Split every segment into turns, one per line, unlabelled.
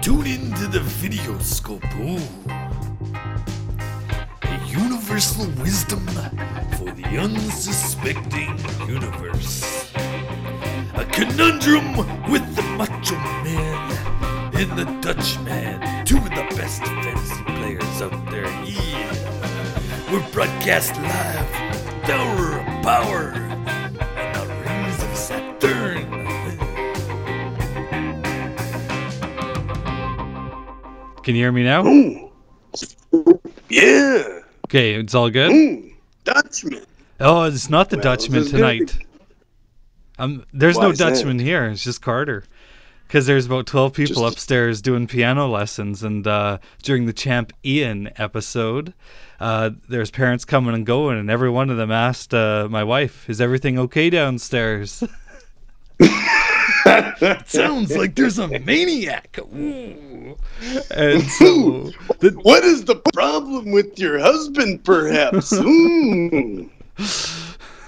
Tune in to the video scope. Ooh. A universal wisdom for the unsuspecting universe. A conundrum with the macho man and the Dutch man. Two of the best fantasy players out there. Yeah. We're broadcast live. Tower of Power. And the rings of Saturn.
Can you hear me now?
Yeah,
Okay, it's all good.
Dutchman.
Oh, it's not the
Well,
Dutchman
this is good.
tonight. Um, there's
Why
no
is that?
Dutchman here. It's just Carter. Because there's about 12 people
Just-
upstairs doing piano lessons, and uh, during the Champ Ian episode, uh, there's parents coming and going, and every one of them asked uh, my wife, "Is everything okay downstairs?"
Sounds like there's a maniac. Ooh.
And so, the,
What is the problem with your husband, perhaps? Ooh.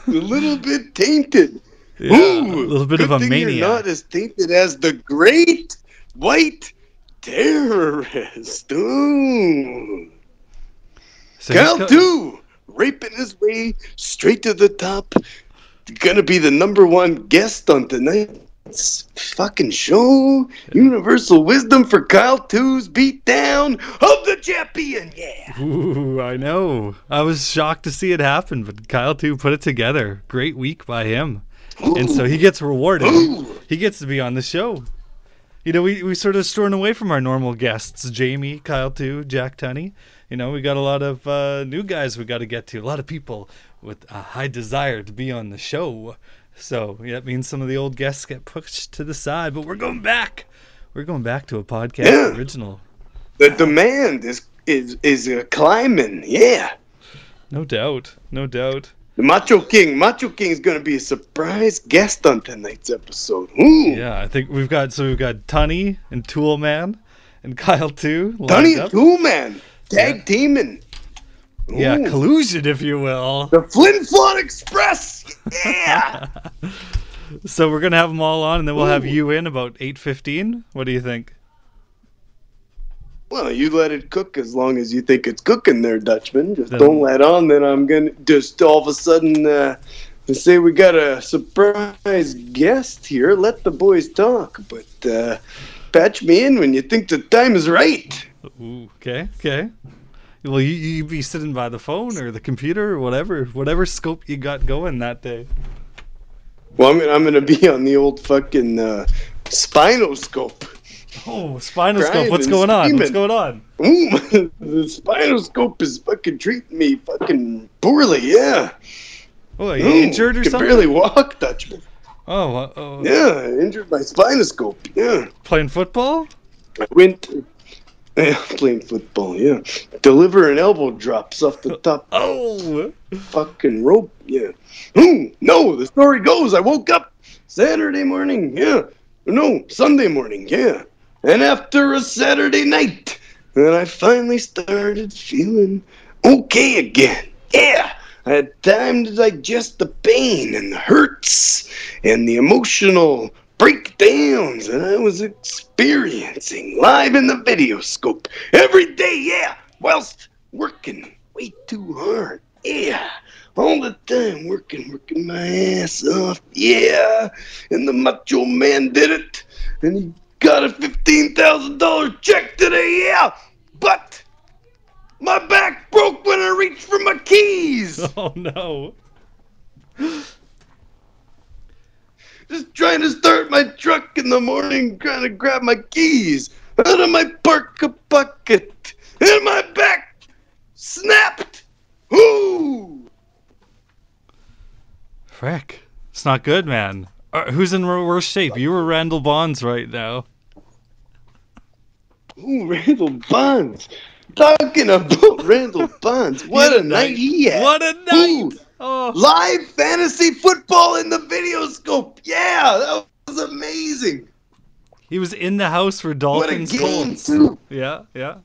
A little bit tainted.
yeah, a
Ooh,
little bit of
good
a
thing
maniac.
You're not as tainted as the great white terrorist. Hmm. Ooh.
So he's
Cal
got-
too, raping his way straight to the top. Gonna be the number one guest on tonight's fucking show. Universal wisdom for Kyle 2's beatdown of the champion. Yeah.
Ooh, I know. I was shocked to see it happen, but Kyle too put it together. Great week by him. And so he gets rewarded.
Ooh.
He gets to be on the show. You know, we, we sort of storn away from our normal guests, Jamie, Kyle too, Jack Tunney. You know, we got a lot of uh, new guys we got to get to, a lot of people with a high desire to be on the show. So yeah, that means some of the old guests get pushed to the side, but we're going back. We're going back to a podcast
Yeah.
original,
The demand is is is uh, climbing. Yeah.
no doubt, no doubt.
The Macho King, Macho King is gonna be a surprise guest on tonight's episode. Ooh.
Yeah, I think we've got so we've got Tunny and Tool Man and Kyle too. lined
Tony
up.
Two Man, tag
Yeah.
teaming.
Yeah,
Ooh.
collusion, if you will.
The Flint Flon Express. Yeah.
So we're gonna have them all on, and then we'll have
Ooh.
you in about eight fifteen. What do you think?
Well, you let it cook as long as you think it's cooking there, Dutchman. Just
Then-
don't let on that I'm going to just all of a sudden uh, say we got a surprise guest here. Let the boys talk, but uh, patch me in when you think the time is right.
Ooh, okay, okay. Well, you you be sitting by the phone or the computer or whatever, whatever scope you got going that day.
Well, I'm, gonna- I'm going to be on the old fucking uh, spinoscope.
Oh, spinal scope.
Crying
What's
and
going on? What's
screaming.
going on?
Ooh, the spinoscope is fucking treating me fucking poorly, yeah.
Oh, you
Ooh,
injured or
can
something?
barely walk, Dutchman.
Oh, uh, oh,
Yeah, I injured my spinoscope, yeah.
playing football?
I went yeah, playing football, yeah. Deliver and elbow drops off the top
Oh,
fucking rope, yeah. Ooh, no, the story goes I woke up Saturday morning, yeah. No, Sunday morning, yeah. And after a Saturday night, then I finally started feeling okay again. Yeah. I had time to digest the pain and the hurts and the emotional breakdowns that I was experiencing live in the video scope every day, yeah, whilst working way too hard. Yeah, all the time working, working my ass off. Yeah, and the macho man did it, and he got a $15,000 check today, yeah, but my back broke when I reached for my keys.
oh no.
Just trying to start my truck in the morning, trying to grab my keys out of my parka bucket, and my back snapped. Ooh!
Frick. It's not good, man. Uh, who's in wor- worse shape? You or Randall Bonds right now?
Ooh, Randall Bonds. Talking about Randall Bonds. What a night he had.
What a night!
Ooh.
Oh,
Live fantasy football in the video scope. Yeah, that was amazing.
he was in the house for
What a
Dolphins.
game,
Colts.
too.
Yeah, yeah.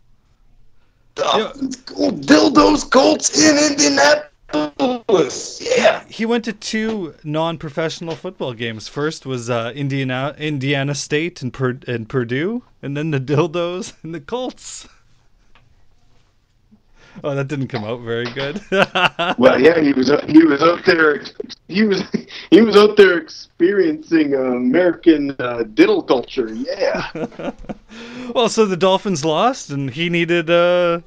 Dolphins, Colts, dildos, Colts in Indianapolis. Indianapolis. Yeah.
He went to two non-professional football games. First was uh, Indiana, Indiana State, and, Pur- and Purdue, and then the dildos and the Colts. Oh, that didn't come out very good.
Well, yeah, he was up- he was out there he was he was out there experiencing uh, American uh, diddle culture. Yeah.
well, so the Dolphins lost, and he needed uh,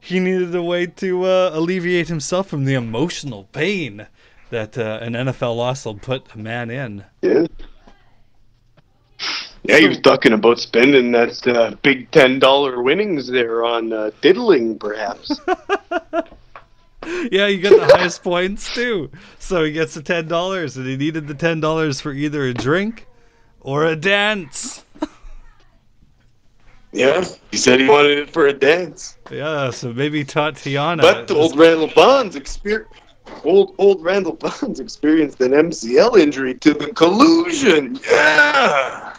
he needed a way to uh, alleviate himself from the emotional pain that uh, an NFL loss will put a man in.
Yeah. Yeah, he was talking about spending that uh, big ten dollar winnings there on uh, diddling, perhaps.
Yeah, you get the highest points too. So he gets the ten dollars, and he needed the ten dollars for either a drink or a dance.
yeah, he said he wanted it for a dance.
Yeah, so maybe Tatiana.
But old Randall Bonds exper- old old Randall Bonds experienced an MCL injury to the collusion. Yeah.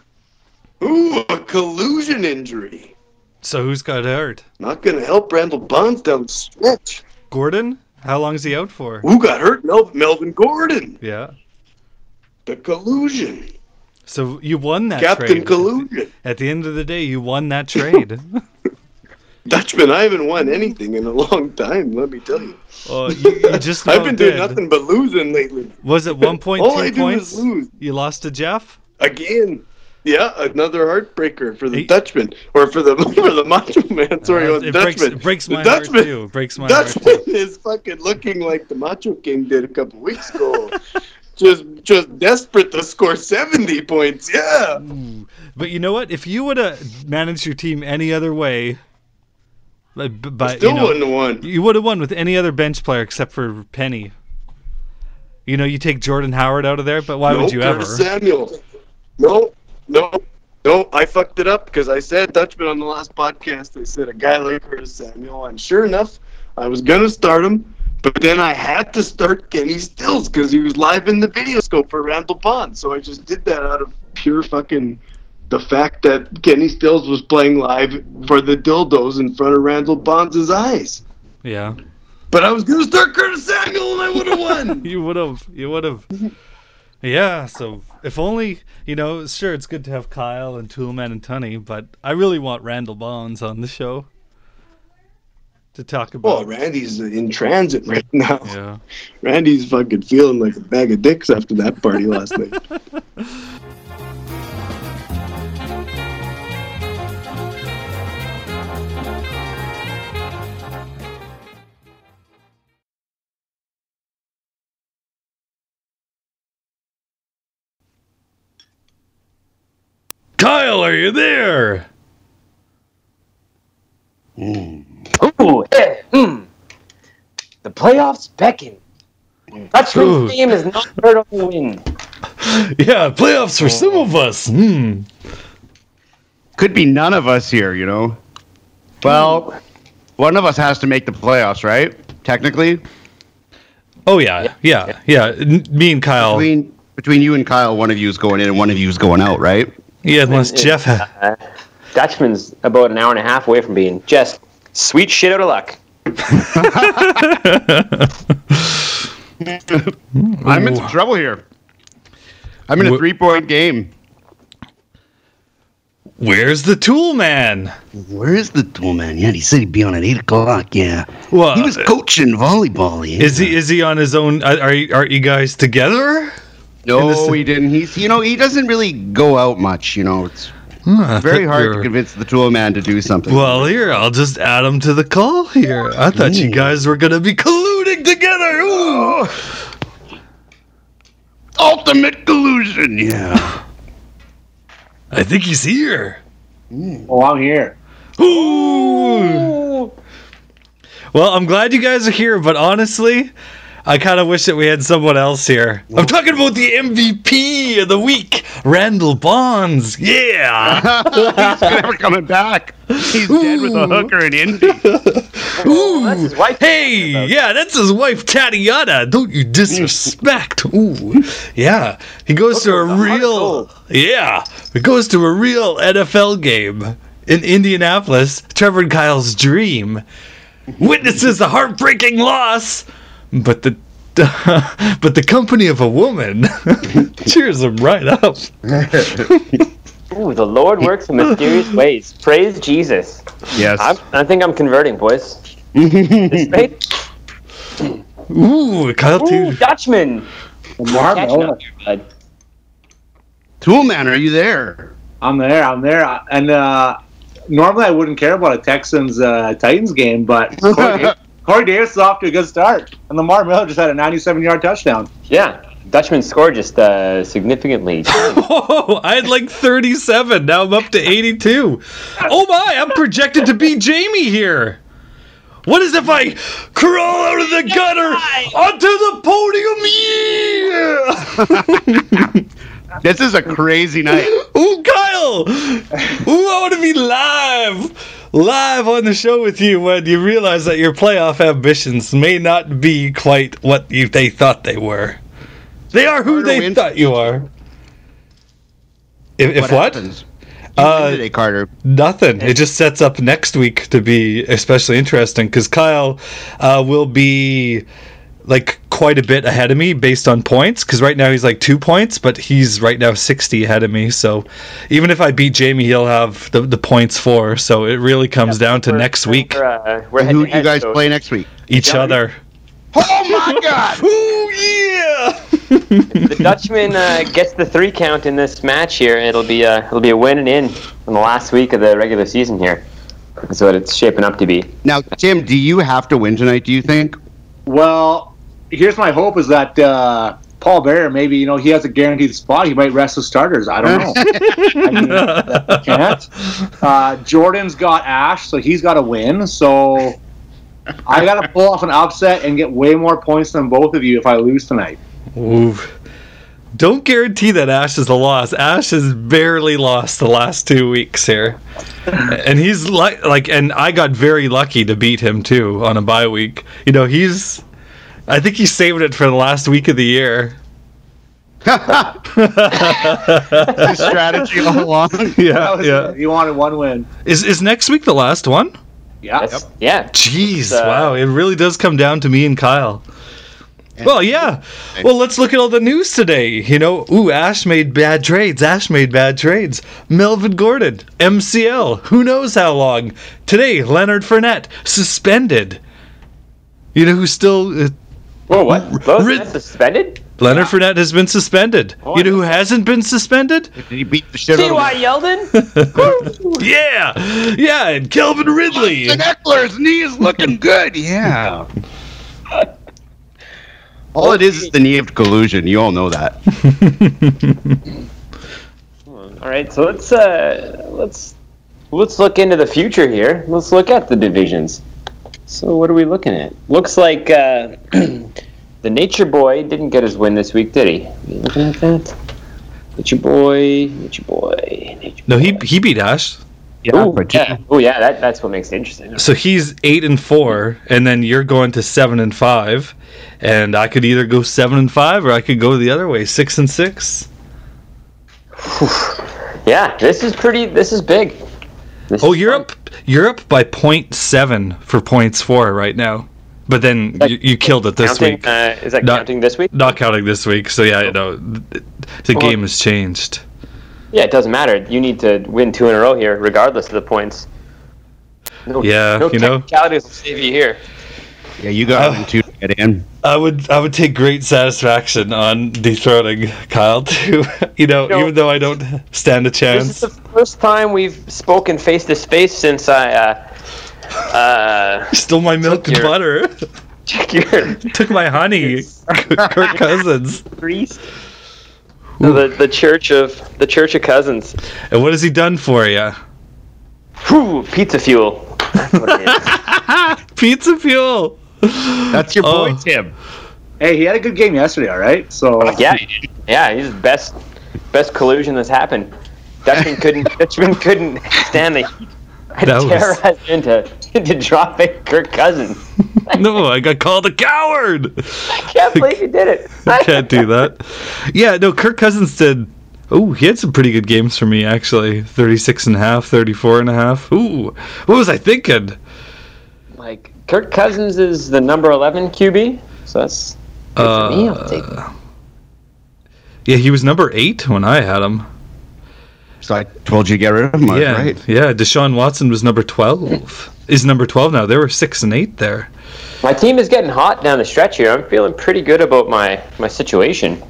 Ooh, a collusion injury.
So who's got hurt?
Not gonna help Randall Bonds down the stretch.
Gordon? How long is he out for?
Who got hurt? Mel- Melvin Gordon.
Yeah.
The collusion.
So you won that
Captain
trade.
Collusion.
At the end of the day, you won that trade.
Dutchman, I haven't won anything in a long time, let me tell you.
oh, you, you just
I've
about
been doing
did.
nothing but losing lately.
Was it one point
All I
two
do is
points?
lose.
You lost to Jeff.
Again. Yeah, another heartbreaker for the
Hey.
Dutchman. Or for the for the Macho Man. Sorry,
Uh,
oh,
it breaks,
Dutchman.
it breaks
the
my
Dutchman,
heart too. It breaks my
Dutchman
heart.
is fucking looking like the Macho King did a couple weeks ago. just just desperate to score seventy points. Yeah.
Too. Ooh. But you know what? If you would have managed your team any other way, but, but
Still
you know,
wouldn't have won.
You would have won with any other bench player except for Penny. You know, you take Jordan Howard out of there, but why
no,
would you ever?
Curtis Samuel. No, no, no. I fucked it up because I said Dutchman on the last podcast. I said a guy like Curtis Samuel, and sure enough, I was gonna start him, but then I had to start Kenny Stills because he was live in the video scope for Randall Bond. So I just did that out of pure fucking. The fact that Kenny Stills was playing live for the dildos in front of Randall Bonds' eyes.
Yeah,
But I was going to start Curtis Samuel and I would have won.
you would have. You would have. Yeah. So if only you know, sure, it's good to have Kyle and Toolman and Tunney, but I really want Randall Bonds on the show to talk
well,
about.
Randy's in transit right now.
yeah.
Randy's fucking feeling like a bag of dicks after that party last night.
Kyle, are you there?
Ooh, eh, mm. The playoffs beckon.
Ooh.
Dutchman's team is not hurt on the win.
Yeah, playoffs for some of us. Hmm.
Could be none of us here, you know. Well, one of us has to make the playoffs, right? Technically,
Oh yeah, yeah, yeah. N- Me and Kyle.
between between you and Kyle, one of you is going in and one of you is going out, right?
Yeah, unless Jeff.
Uh, Dutchman's about an hour and a half away from being just sweet shit out of luck.
I'm in some trouble here. I'm in a
Wh-
three point game.
Where's the Tool Man?
Where is the tool man? Yeah, he said he'd be on at eight o'clock. Yeah,
Well, uh,
he was coaching volleyball. Yeah.
Is he is he on his own? Are are you, are you guys together?
No,
this-
he didn't. He's you know he doesn't really go out much. You know, it's very hard to convince the tool man to do something.
Well, here I'll just add him to the call. Here, I thought you guys were gonna be colluding together. Ooh.
ultimate collusion.
yeah,
I think he's here.
Oh, I'm here.
Ooh. Well, I'm glad you guys are here, but honestly, I kind of wish that we had someone else here. I'm talking about the MVP of the week, Randall Bonds. Yeah.
He's never coming back. He's dead with a hooker in Indy.
Ooh.
That's his wife.
Hey, yeah, that's his wife Tatiana. Don't you disrespect? Ooh, yeah, he goes to a real, yeah, he goes to a real NFL game in Indianapolis. Trevor and Kyle's dream witnesses the heartbreaking loss, but the but the company of a woman cheers him right up.
Ooh, the Lord works in mysterious ways. Praise Jesus.
Yes.
I'm, I think I'm converting, boys. This mate,
Ooh, Kyle
ooh,
too.
Dutchman. Catching up here, bud.
Toolman, are you there?
I'm there. I'm there. I- And uh, normally I wouldn't care about a Texans uh, Titans game, but Corey, Da- Corey Davis is off to a good start, and Lamar Miller just had a 97 yard touchdown.
Yeah, Dutchman scored just uh, significantly.
Whoa, Oh, I had like 37. Now I'm up to 82. Oh my, I'm projected to be Jamie here. What is if I crawl out of the gutter onto the podium? Yeah!
This is a crazy night.
Ooh, Kyle! Ooh, I want to be live! Live on the show with you when you realize that your playoff ambitions may not be quite what you, they thought they were. They are who
Carter
they
wins.
thought you are. If, if what?
happens?
Uh,
today, Carter.
Nothing. It just sets up next week to be especially interesting because Kyle uh, will be like quite a bit ahead of me based on points because right now he's like two points, but he's right now 60 ahead of me. So even if I beat Jamie, he'll have the, the points for. So it really comes down to
We're-
next week.
We're, uh, we're
And who
head-to-head,
you guys
so-
play next week?
Each other.
Oh my God!
Ooh, yeah!
The Dutchman uh, gets the three count in this match here. and It'll be uh, it'll be a win and in in the last week of the regular season here. That's what it's shaping up to be.
Now, Tim, do you have to win tonight? Do you think?
Well, here's my hope: is that uh, Paul Bear maybe you know he has a guaranteed spot. He might rest the starters. I don't know. I mean, that can't. Uh, Jordan's got Ash, so he's got to win. So I got to pull off an upset and get way more points than both of you if I lose tonight.
Ooh. Don't guarantee that Ash is a loss. Ash has barely lost the last two weeks here, and he's like, like, and I got very lucky to beat him too on a bye week. You know, he's, I think he's saving it for the last week of the year.
The strategy all along.
yeah, yeah.
He wanted one win.
Is is next week the last one?
Yeah.
That's, yeah,
Jeez,
Uh,
wow! It really does come down to me and Kyle. Well, yeah. Well, let's look at all the news today. You know, ooh, Ash made bad trades. Ash made bad trades. Melvin Gordon, MCL, who knows how long. Today, Leonard Fournette suspended. You know who's still uh,
Whoa, what? Those
Rid-
that's suspended?
Leonard Fournette has been suspended.
Oh,
you know
I-
who hasn't been suspended?
Did he beat the shit out
T.Y.
of
Yeldon?
yeah, yeah, and Kelvin Ridley.
Oh,
him? Eckler's knee is looking good. Yeah. All it is is the knee of collusion. You all know that.
All right, so let's uh, let's let's look into the future here. Let's look at the divisions. So what are we looking at? Looks like uh, the Nature Boy didn't get his win this week, did he? Are you looking at that? Nature Boy, Nature Boy, Nature
No, he he beat Ash.
Yeah,
Ooh,
but
yeah. Oh yeah, that, that's what makes it interesting.
So he's eight and four, and then you're going to seven and five, and I could either go seven and five or I could go the other way, six and six.
Yeah, this is pretty. This is big. This
Oh,
is
you're up, you're up by point seven for points four right now, but then you, you killed it this
counting,
week,
Uh, is that
Not-
counting this week?
not counting this week. So yeah, you know, th- the game has changed.
Yeah, it doesn't matter. You need to win two in a row here, regardless of the points. No,
Yeah,
no
you know.
technicalities will save you here.
yeah, you got
Oh.
him too. Get in.
I would I would take great satisfaction on dethroning Kyle too. you know,
No.
even though I don't stand a
This
chance.
is the first time we've spoken face to face since I uh, uh,
Still my milk and
your-
butter.
took your
Took my honey. Kirk Cousins.
priest. The, the church of the church of cousins.
And what has he done for you?
Whew, pizza fuel. That's what it is.
Pizza fuel.
That's your boy,
Oh.
Tim.
Hey, he had a good game yesterday, all right? So
yeah, yeah, he's the best best collusion that's happened. Dutchman couldn't Dutchman couldn't stand the heat. I
That was-
terrorized him into into dropping Kirk Cousins.
No, I got called a coward.
Can't believe he did it.
Can't do that. Yeah, no, Kirk Cousins did. Oh, he had some pretty good games for me, actually. 36 and a half, 34 and a half. Ooh, what was I thinking?
Like Kirk Cousins is the number eleven QB. So that's good for me. I'll take it.
Uh, yeah, he was number eight when I had him.
So I told you to get rid of him. I was
yeah,
right.
yeah. Deshaun Watson was number twelve. Is number twelve now. There were six and eight there.
My team is getting hot down the stretch here. I'm feeling pretty good about my my situation.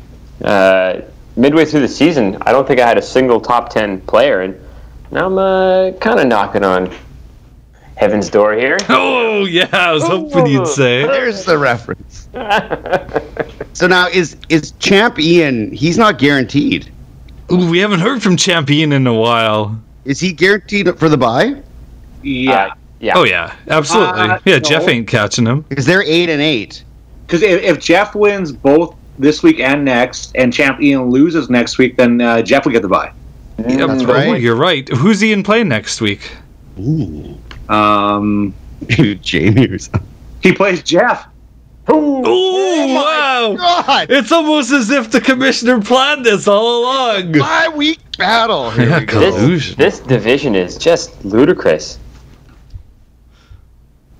Uh, midway through the season, I don't think I had a single top ten player, and now I'm uh, kind of knocking on heaven's door here.
Oh yeah, I was hoping you'd say.
There's the reference. So now is is Champ Ian? He's not guaranteed.
Ooh, we haven't heard from Champion in a while.
Is he guaranteed for the buy?
Yeah.
yeah.
Oh yeah, absolutely.
Uh,
yeah,
no.
Jeff ain't catching him.
Because they're eight and eight.
Because if, if Jeff wins both this week and next, and Champ Ian loses next week, then uh, Jeff will get the bye.
Yeah,
that's
oh,
right.
You're right. Who's he in play next week?
Ooh,
Um,
dude, Jamie or something.
he plays Jeff.
Oh wow!
God,
It's almost as if the commissioner planned this all along.
five week battle. Here
Yeah,
we go.
This,
collusion.
this division is just ludicrous.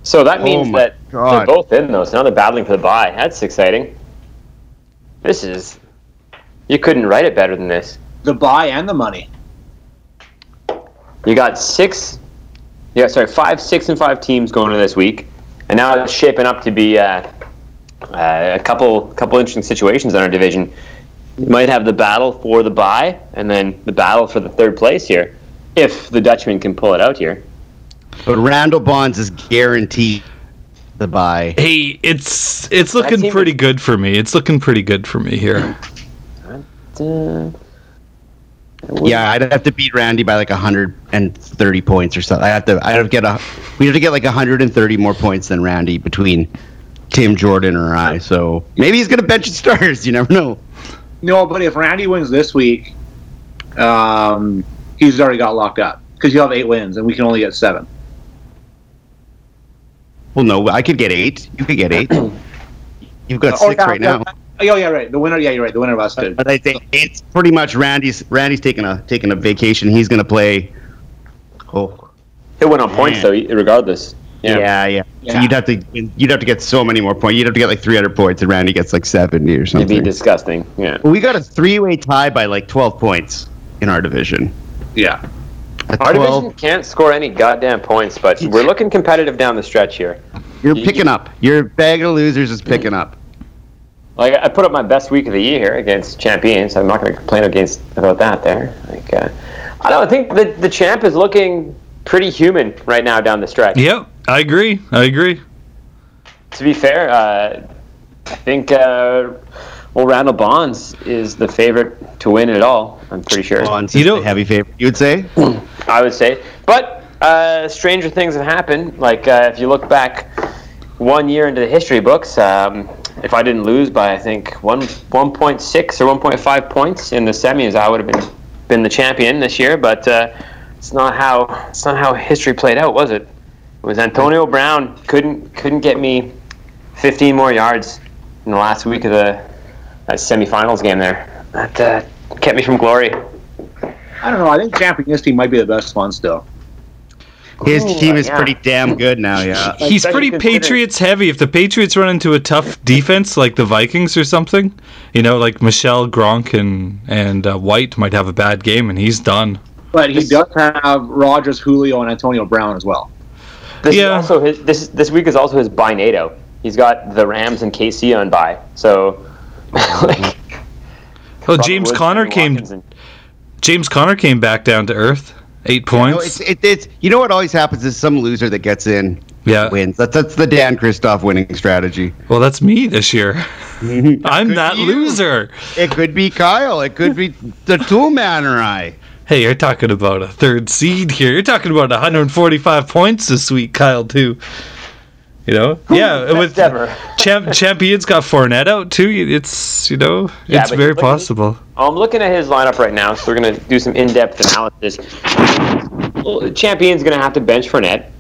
So that means
Oh my
that
God.
they're both in those. Now they're battling for the bye. That's exciting. This is. You couldn't write it better than this.
The buy and the money.
You got six, yeah, sorry, five, six, and five teams going into this week, and now it's shaping up to be uh, uh, a couple, couple interesting situations in our division. You might have the battle for the bye, and then the battle for the third place here, if the Dutchman can pull it out here.
But Randall Bonds is guaranteed the buy.
Hey, it's it's
That's
looking
even-
pretty good for me. It's looking pretty good for me here.
Uh,
Yeah, I'd have to beat Randy by like 130 points or something. I have to. I'd have to get a. We have to get like 130 more points than Randy between Tim Jordan or I. So maybe he's gonna bench and stars. You never know.
No, but if Randy wins this week, um, he's already got locked up because you have eight wins, and we can only get seven.
Well, no, I could get eight. You could get eight. You've got
Oh,
six
yeah,
right
yeah.
now.
Oh yeah, right. The winner. Yeah, you're right. The winner of us did.
But I think it's pretty much Randy's. Randy's taking a taking a vacation. He's gonna play. Oh,
he'll win on points though, e, regardless.
yeah, yeah. So
Yeah.
you'd have to you'd have to get so many more points. You'd have to get like 300 points, and Randy gets like 70 or
it'd be
something.
disgusting. Yeah,
We got a three way tie by like 12 points in our division.
Yeah.
A
our
12,
division can't score any goddamn points, but we're looking competitive down the stretch here.
you're picking up. Your bag of losers is picking up.
Like I put up my best week of the year against champions. I'm not going to complain against about that. There, like uh, I don't think the the champ is looking pretty human right now down the stretch.
Yep, I agree. I agree.
To be fair, uh, I think uh, well Randall Bonds is the favorite to win it all. I'm pretty sure.
Bonds
You
is
know-
the heavy favorite. You would say
I would say. But uh, stranger things have happened. Like uh, if you look back one year into the history books, um, if I didn't lose by I think one one point six or one point five points in the semis, I would have been been the champion this year. But uh, it's not how it's not how history played out, was it? It was Antonio Brown couldn't couldn't get me fifteen more yards in the last week of the that semifinals game there. That uh, kept me from glory.
I don't know. I think Champ and his team might be the best one still.
his
Ooh,
team is
Oh, yeah.
pretty damn good now. Yeah.
He's
that
pretty
you consider-
Patriots heavy. If the Patriots run into a tough defense like the Vikings or something, you know, like Michelle Gronk and and uh, White might have a bad game, and he's done.
But he does have Rogers, Julio, and Antonio Brown as well.
This
Yeah.
is also his. This this week is also his buy NATO. He's got the Rams and KC on buy. So, like,
Oh, James
Woods,
Conner
Sammy
came.
Watkins and-
James Conner came back down to earth. Eight
No,
points.
it's, it, it's you know what always happens is some loser that gets in
yeah.
wins. That's that's the Dan Kristoff winning strategy.
Well, that's me this year. I'm
Good
that
for you.
loser.
It could be Kyle. It could be the Tool Man or I.
Hey, you're talking about a third seed here. You're talking about 145 points this week, Kyle. Too. You know. yeah. With
ever.
champ, champions got Fournette out too. It's you know.
Yeah,
it's
but
very
look at-
possible.
I'm looking at his lineup right now, so we're gonna do some in-depth analysis. Well, Champion's gonna have to bench Fournette,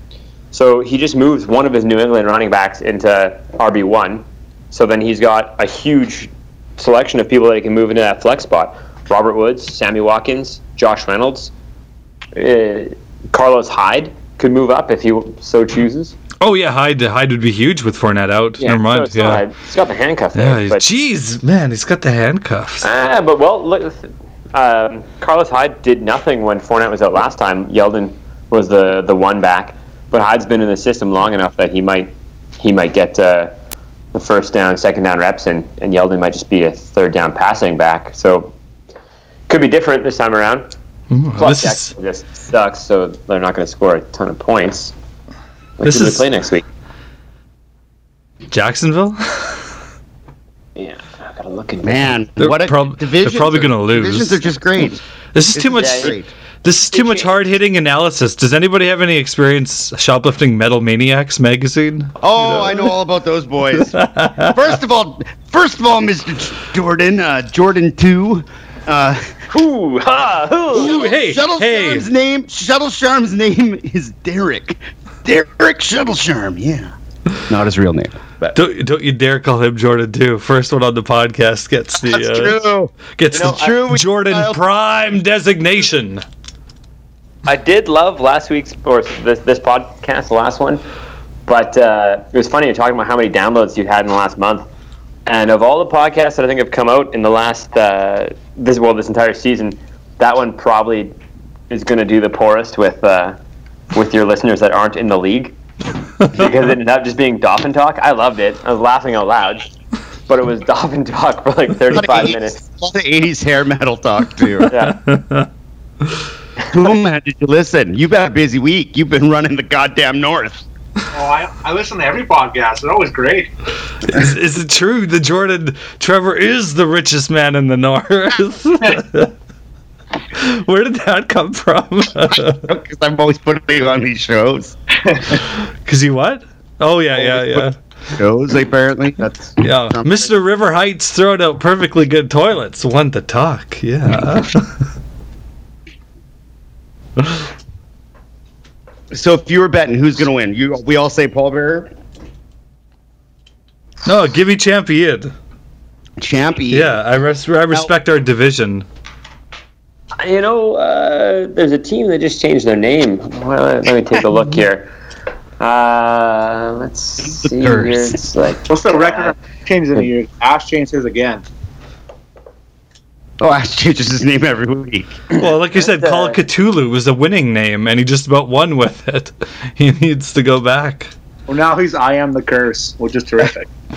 so he just moves one of his New England running backs into RB one. So then he's got a huge selection of people that he can move into that flex spot: Robert Woods, Sammy Watkins, Josh Reynolds, uh, Carlos Hyde could move up if he so chooses.
Oh yeah, Hyde. Hyde would be huge with Fournette out. Never
so
mind.
it's
yeah.
not- He's got the handcuff there.
Yeah,
but,
jeez, man, he's got the handcuffs.
Ah, but well, look, um, Carlos Hyde did nothing when Fournette was out last time. Yeldon was the the one back, but Hyde's been in the system long enough that he might he might get uh, the first down, second down reps, and and Yeldon might just be a third down passing back. So could be different this time around.
Mm, this
Plus,
is
Jacksonville just sucks, so they're not going to score a ton of points. Like,
This
who do they
is-
play next week.
Jacksonville.
Yeah, I gotta look at
Man,
They're
what a
prob- they're
divisions
probably
are-
gonna lose.
Divisions are just great.
This is too much.
Yeah, it-
Great.
This is too much hard hitting analysis. Does anybody have any experience shoplifting Metal Maniacs magazine?
Oh, I know all about those boys. first of all, first of all, Mr. J- Jordan, uh, Jordan two. Uh,
Ooh, ha, hoo.
Ooh, hey,
Shuttle
hey.
Sharm's name. Shuttle Sharm's name is Derek. Derek Shuttle Sharm. Yeah. Not his real name.
Don't, don't you dare call him Jordan too. First one on the podcast gets the
That's
uh,
true.
gets
You know,
the
I-
True. we-
Jordan
I'll-
Prime designation.
I did love last week's or this this podcast, the last one, but uh, it was funny you're talking about how many downloads you had in the last month. And of all the podcasts that I think have come out in the last uh, this well this entire season, that one probably is going to do the poorest with uh, with your listeners that aren't in the league because it ended up just being Dolphin Talk. I loved it. I was laughing out loud, but it was Dolphin Talk for like
A lot
35
of 80s
minutes.
a lot of 80s hair metal talk, too.
Yeah.
cool, man. Did you listen? You've had a busy week. You've been running the goddamn north.
Oh, I, I listen to every podcast. They're always great.
is, is it true that Jordan Trevor is the richest man in the North? Where did that come from?
Because I'm always putting on these shows.
Cause he what? Oh yeah, yeah, yeah,
Shows, apparently. That's
yeah. Mr. River Heights throwing out perfectly good toilets. One to talk. Yeah.
So if you were betting, who's going to win? You, we all say Paul Bearer,
no, give me champion.
Champy.
Yeah, I, res- I respect our division.
You know, uh, there's a team that just changed their name. Well, let me take a look here. Uh, let's see here.
Curse.
It's like
What's the record of changes in a year? Ash changed his again.
Oh, Ash changes his name every week.
Well, like you said,
And, uh,
Call of Cthulhu was a winning name, and he just about won with it. He needs to go back.
Well, now he's I am the curse, which is terrific.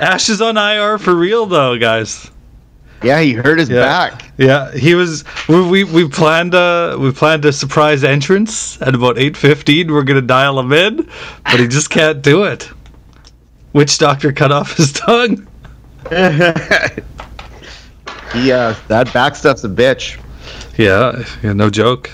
Ash is on IR for real, though, guys.
Yeah, he hurt his
Yeah.
back.
Yeah, he was. We we, we planned a we planned a surprise entrance at about eight fifteen. We're gonna dial him in, but he just can't do it. Witch doctor cut off his tongue.
yeah, uh, that back stuff's a bitch.
Yeah, yeah no joke.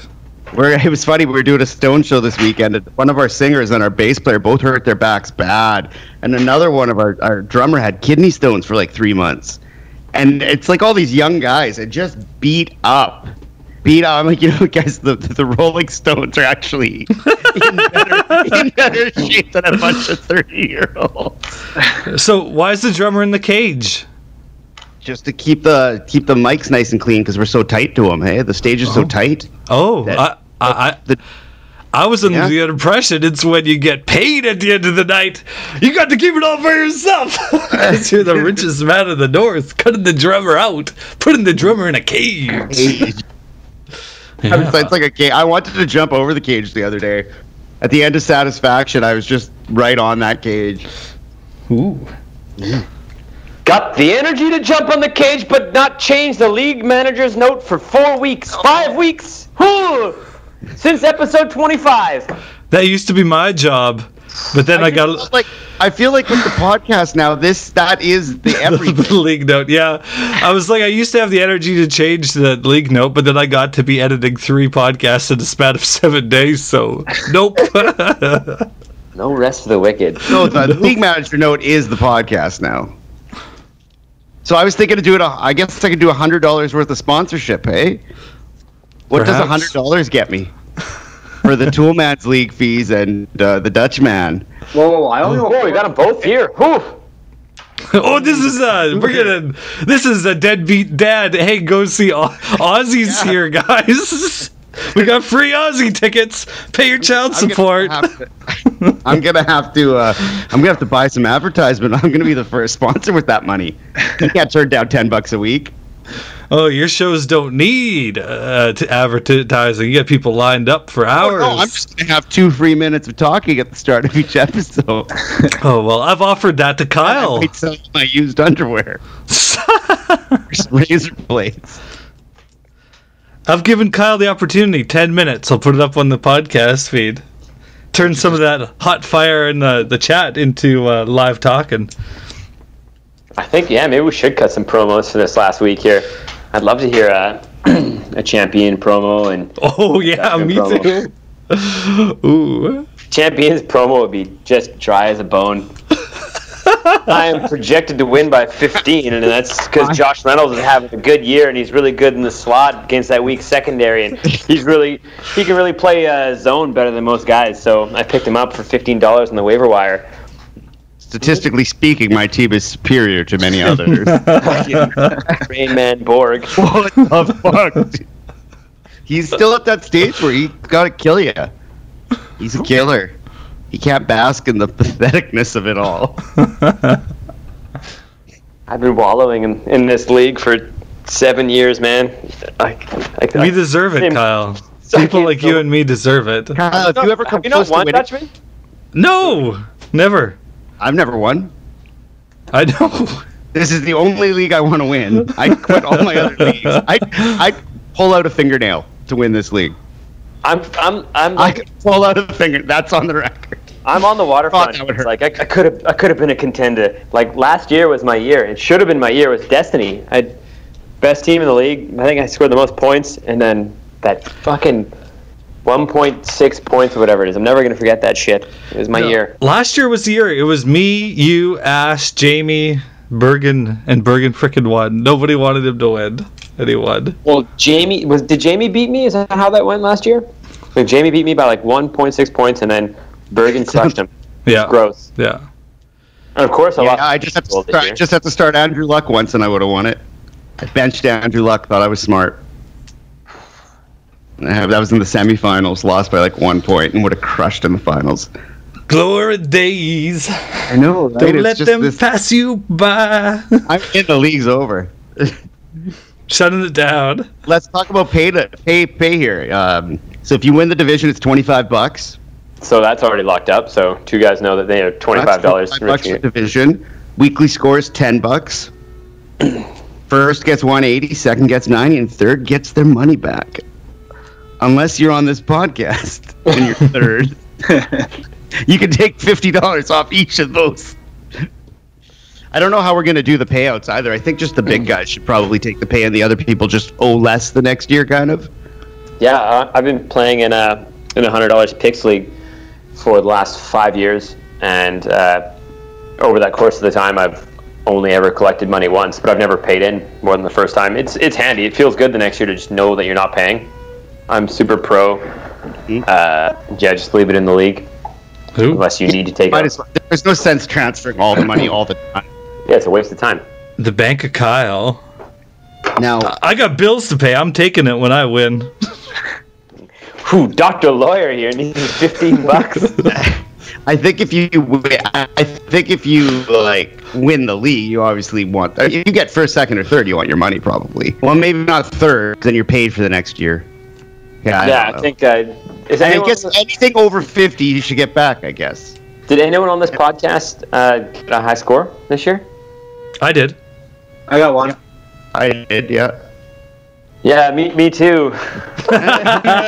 We're, it was funny. We were doing a Stone show this weekend, and one of our singers and our bass player both hurt their backs bad, and another one of our, our drummer had kidney stones for like three months, and it's like all these young guys and just beat up, beat up. I'm like, you know, guys, the the Rolling Stones are actually in better, in better shape than a bunch of thirty year olds,
So why is the drummer in the cage?
just to keep the keep the mics nice and clean because we're so tight to them. Hey, the stage is so tight.
Oh,
That-
I I. I
the-
I was under
Yeah.
the impression it's when you get paid at the end of the night, you got to keep it all for yourself. 'Cause you're the richest man in the north, cutting the drummer out, putting the drummer in a cage.
I was- it's like a cage. I wanted to jump over the cage the other day. At the end of Satisfaction, I was just right on that cage.
Ooh.
got the energy to jump on the cage, but not change the league manager's note for four weeks, five weeks, Whew! since episode 25.
That used to be my job, but then I,
just felt
got
like I feel like with the podcast now, this that is the
the
everything.
league note. Yeah, I was like, I used to have the energy to change the league note, but then I got to be editing three podcasts in the span of seven days. So nope.
No rest for the wicked.
no, the league manager note is the podcast now. So I was thinking to do it. a- I guess I could do a hundred dollars worth of sponsorship. Hey, what does a
Perhaps.
hundred dollars get me for the Toolman's League fees and uh, the Dutchman?
Whoa, whoa, whoa, I only
Whoa, we got them both here. Whew.
oh, this is uh, we're gonna. This is a deadbeat dad. Hey, go see Au- Aussie's here, guys. We got free Aussie tickets. Pay your child
I'm gonna
support.
have to- I'm gonna have to. Uh, I'm gonna have to buy some advertisement. I'm gonna be the first sponsor with that money. You can't turn down ten bucks a week.
Oh, your shows don't need uh, to advertising. You got people lined up for hours.
Oh, No, I'm just gonna have two free minutes of talking at the start of each episode.
Oh, well, I've offered that to Kyle.
I sell my used underwear, razor blades.
I've given Kyle the opportunity. Ten minutes. I'll put it up on the podcast feed. Turn some of that hot fire in the, the chat into uh, live talking.
I think yeah, maybe we should cut some promos for this last week here. I'd love to hear a, a champion promo and
Oh yeah,
no
me
problem.
too. Ooh.
champions promo would be just dry as a bone. I am projected to win by 15, and that's because Josh Reynolds is having a good year, and he's really good in the slot against that weak secondary, and he's really he can really play uh, zone better than most guys. So I picked him up for $15 on the waiver wire.
Statistically speaking, my team is superior to many others.
Rain Man Borg.
what the fuck? He's still at that stage where he gotta kill you. He's a killer. He can't bask in the patheticness of it all.
I've been wallowing in, in this league for seven years, man. I, I, I,
We deserve it,
Same.
Kyle.
I
People
can't
like you
go-
and me deserve it.
Kyle, Uh, if you ever come
Have you not
close to
won,
winning,
Dutchman?
No, never.
I've never won.
I know.
This is the only league I want to win. I quit all my other leagues. I I pull out a fingernail to win this league.
I'm I'm I'm
I
like,
could pull out a finger. That's on the record.
I'm on the waterfront.
Thought that would
It's
hurt.
like I could have I could have been a contender. Like last year was my year. It should have been my year with Destiny. I best team in the league. I think I scored the most points, and then that fucking 1.6 points or whatever it is. I'm never gonna forget that shit. It was my year.
Last year was the year. It was me, you, Ash, Jamie, Bergen, and Bergen frickin' won. Nobody wanted him to win. And he won.
Well, Jamie was did Jamie beat me? Is that how that went last year? Like Jamie beat me by like 1.6 points, and then Bergen crushed him.
Yeah.
Gross.
Yeah.
And of course, I
Yeah,
lost.
I just have to
this
start,
year.
just have to start Andrew Luck once, and I would have won it. I benched Andrew Luck. Thought I was smart. And I- That was in the semifinals. Lost by like one point, and would have crushed in the finals.
Glory days.
I know. Right?
Don't let them pass you by.
I'm in the league's over.
Shutting it down.
Let's talk about pay to pay pay here. Um, so if you win the division, it's twenty five bucks.
so that's already locked up. So two guys know that they are
That's
twenty-five dollars.
$25 for division. Weekly scores ten bucks. First gets 180, second gets 90, and third gets their money back. Unless you're on this podcast and you're third, you can take fifty dollars off each of those. I don't know how we're going to do the payouts either. I think just the big guys should probably take the pay, and the other people just owe less the next year, kind of.
Yeah, I- I've been playing in a in a hundred dollars picks league for the last five years, and uh, over that course of the time, I've only ever collected money once, but I've never paid in more than the first time. It's it's handy. It feels good the next year to just know that you're not paying. I'm super pro.
Mm-hmm.
Uh, yeah, just leave it in the league
Who?
unless you need to take
Might
it.
as well- There's no sense transferring all the money all the time.
Yeah, it's a waste of time.
The Bank of Kyle.
Now,
I got bills to pay. I'm taking it when I win.
Who, Doctor Lawyer here needs fifteen bucks.
I think if you wi- I think if you like win the league, you obviously want. uh, If you get first, second, or third, you want your money probably. Well, maybe not third, 'cause then you're paid for the next year. Yeah, I
yeah,
don't
I
know.
think. Uh, is
I
anyone-
guess anything over fifty, you should get back. I guess.
Did anyone on this podcast uh, get a high score this year?
I did.
I got one.
I did, yeah.
Yeah, me, me too.
oh, that's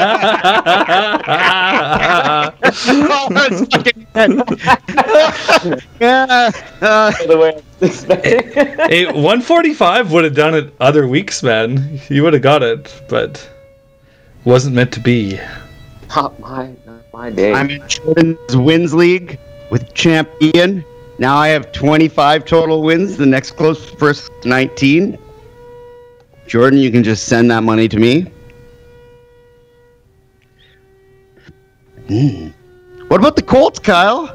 fucking yeah. Uh,
By the way, I was expecting.
Hey, 145 would have done it other weeks, man. You would have got it, but wasn't meant to be.
not my, not my day.
I'm in Jordan's wins league with champion. Now I have 25 total wins. The next close first 19. Jordan, you can just send that money to me. Hmm. What about the Colts, Kyle?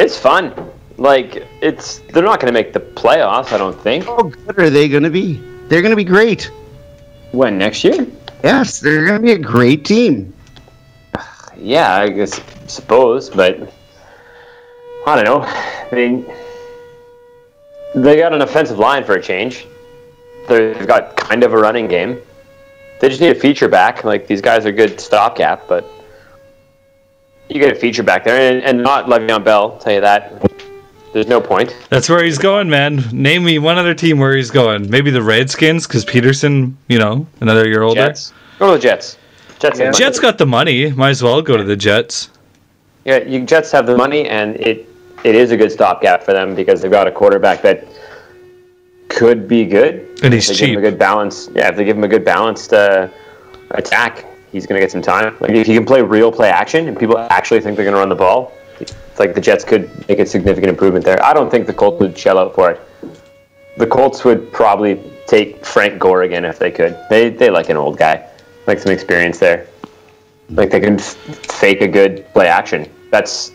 it's fun. Like it's they're not going to make the playoffs, I don't think.
How good are they going to be? They're going to be great.
When next year?
Yes, they're going to be a great team.
Yeah, I guess suppose, but I don't know. I mean, they got an offensive line for a change. They've got kind of a running game. They just need a feature back. Like these guys are good stopgap, but you get a feature back there, and, and not Le'Veon Bell. I'll tell you that. There's no point.
That's where he's going, man. Name me one other team where he's going. Maybe the Redskins, because Peterson, you know, another year older.
Jets. Go to the Jets. Jets. have
Jets got the money. Might as well go to the Jets.
Yeah, you Jets have the money, and it it is a good stopgap for them because they've got a quarterback that could be good.
And he's
if they Give
cheap.
him a good balance. Yeah, if they give him a good balanced uh, attack, he's going to get some time. Like if he can play real play action, and people actually think they're going to run the ball, it's like the Jets could make a significant improvement there. I don't think the Colts would shell out for it. The Colts would probably take Frank Gore again if they could. They they like an old guy, like some experience there. Like they can f- fake a good play action. That's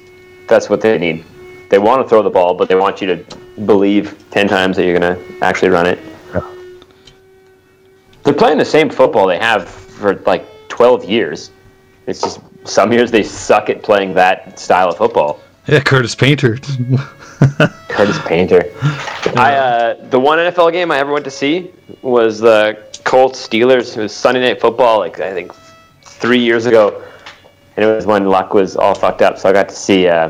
that's what they need. They want to throw the ball, but they want you to believe ten times that you're gonna actually run it. They're playing the same football they have for like twelve years. It's just some years they suck at playing that style of football.
Yeah, Curtis Painter.
Curtis Painter. I uh, the one NFL game I ever went to see was the Colts Steelers. It was Sunday Night Football, like I think three years ago, and it was when Luck was all fucked up. So I got to see uh,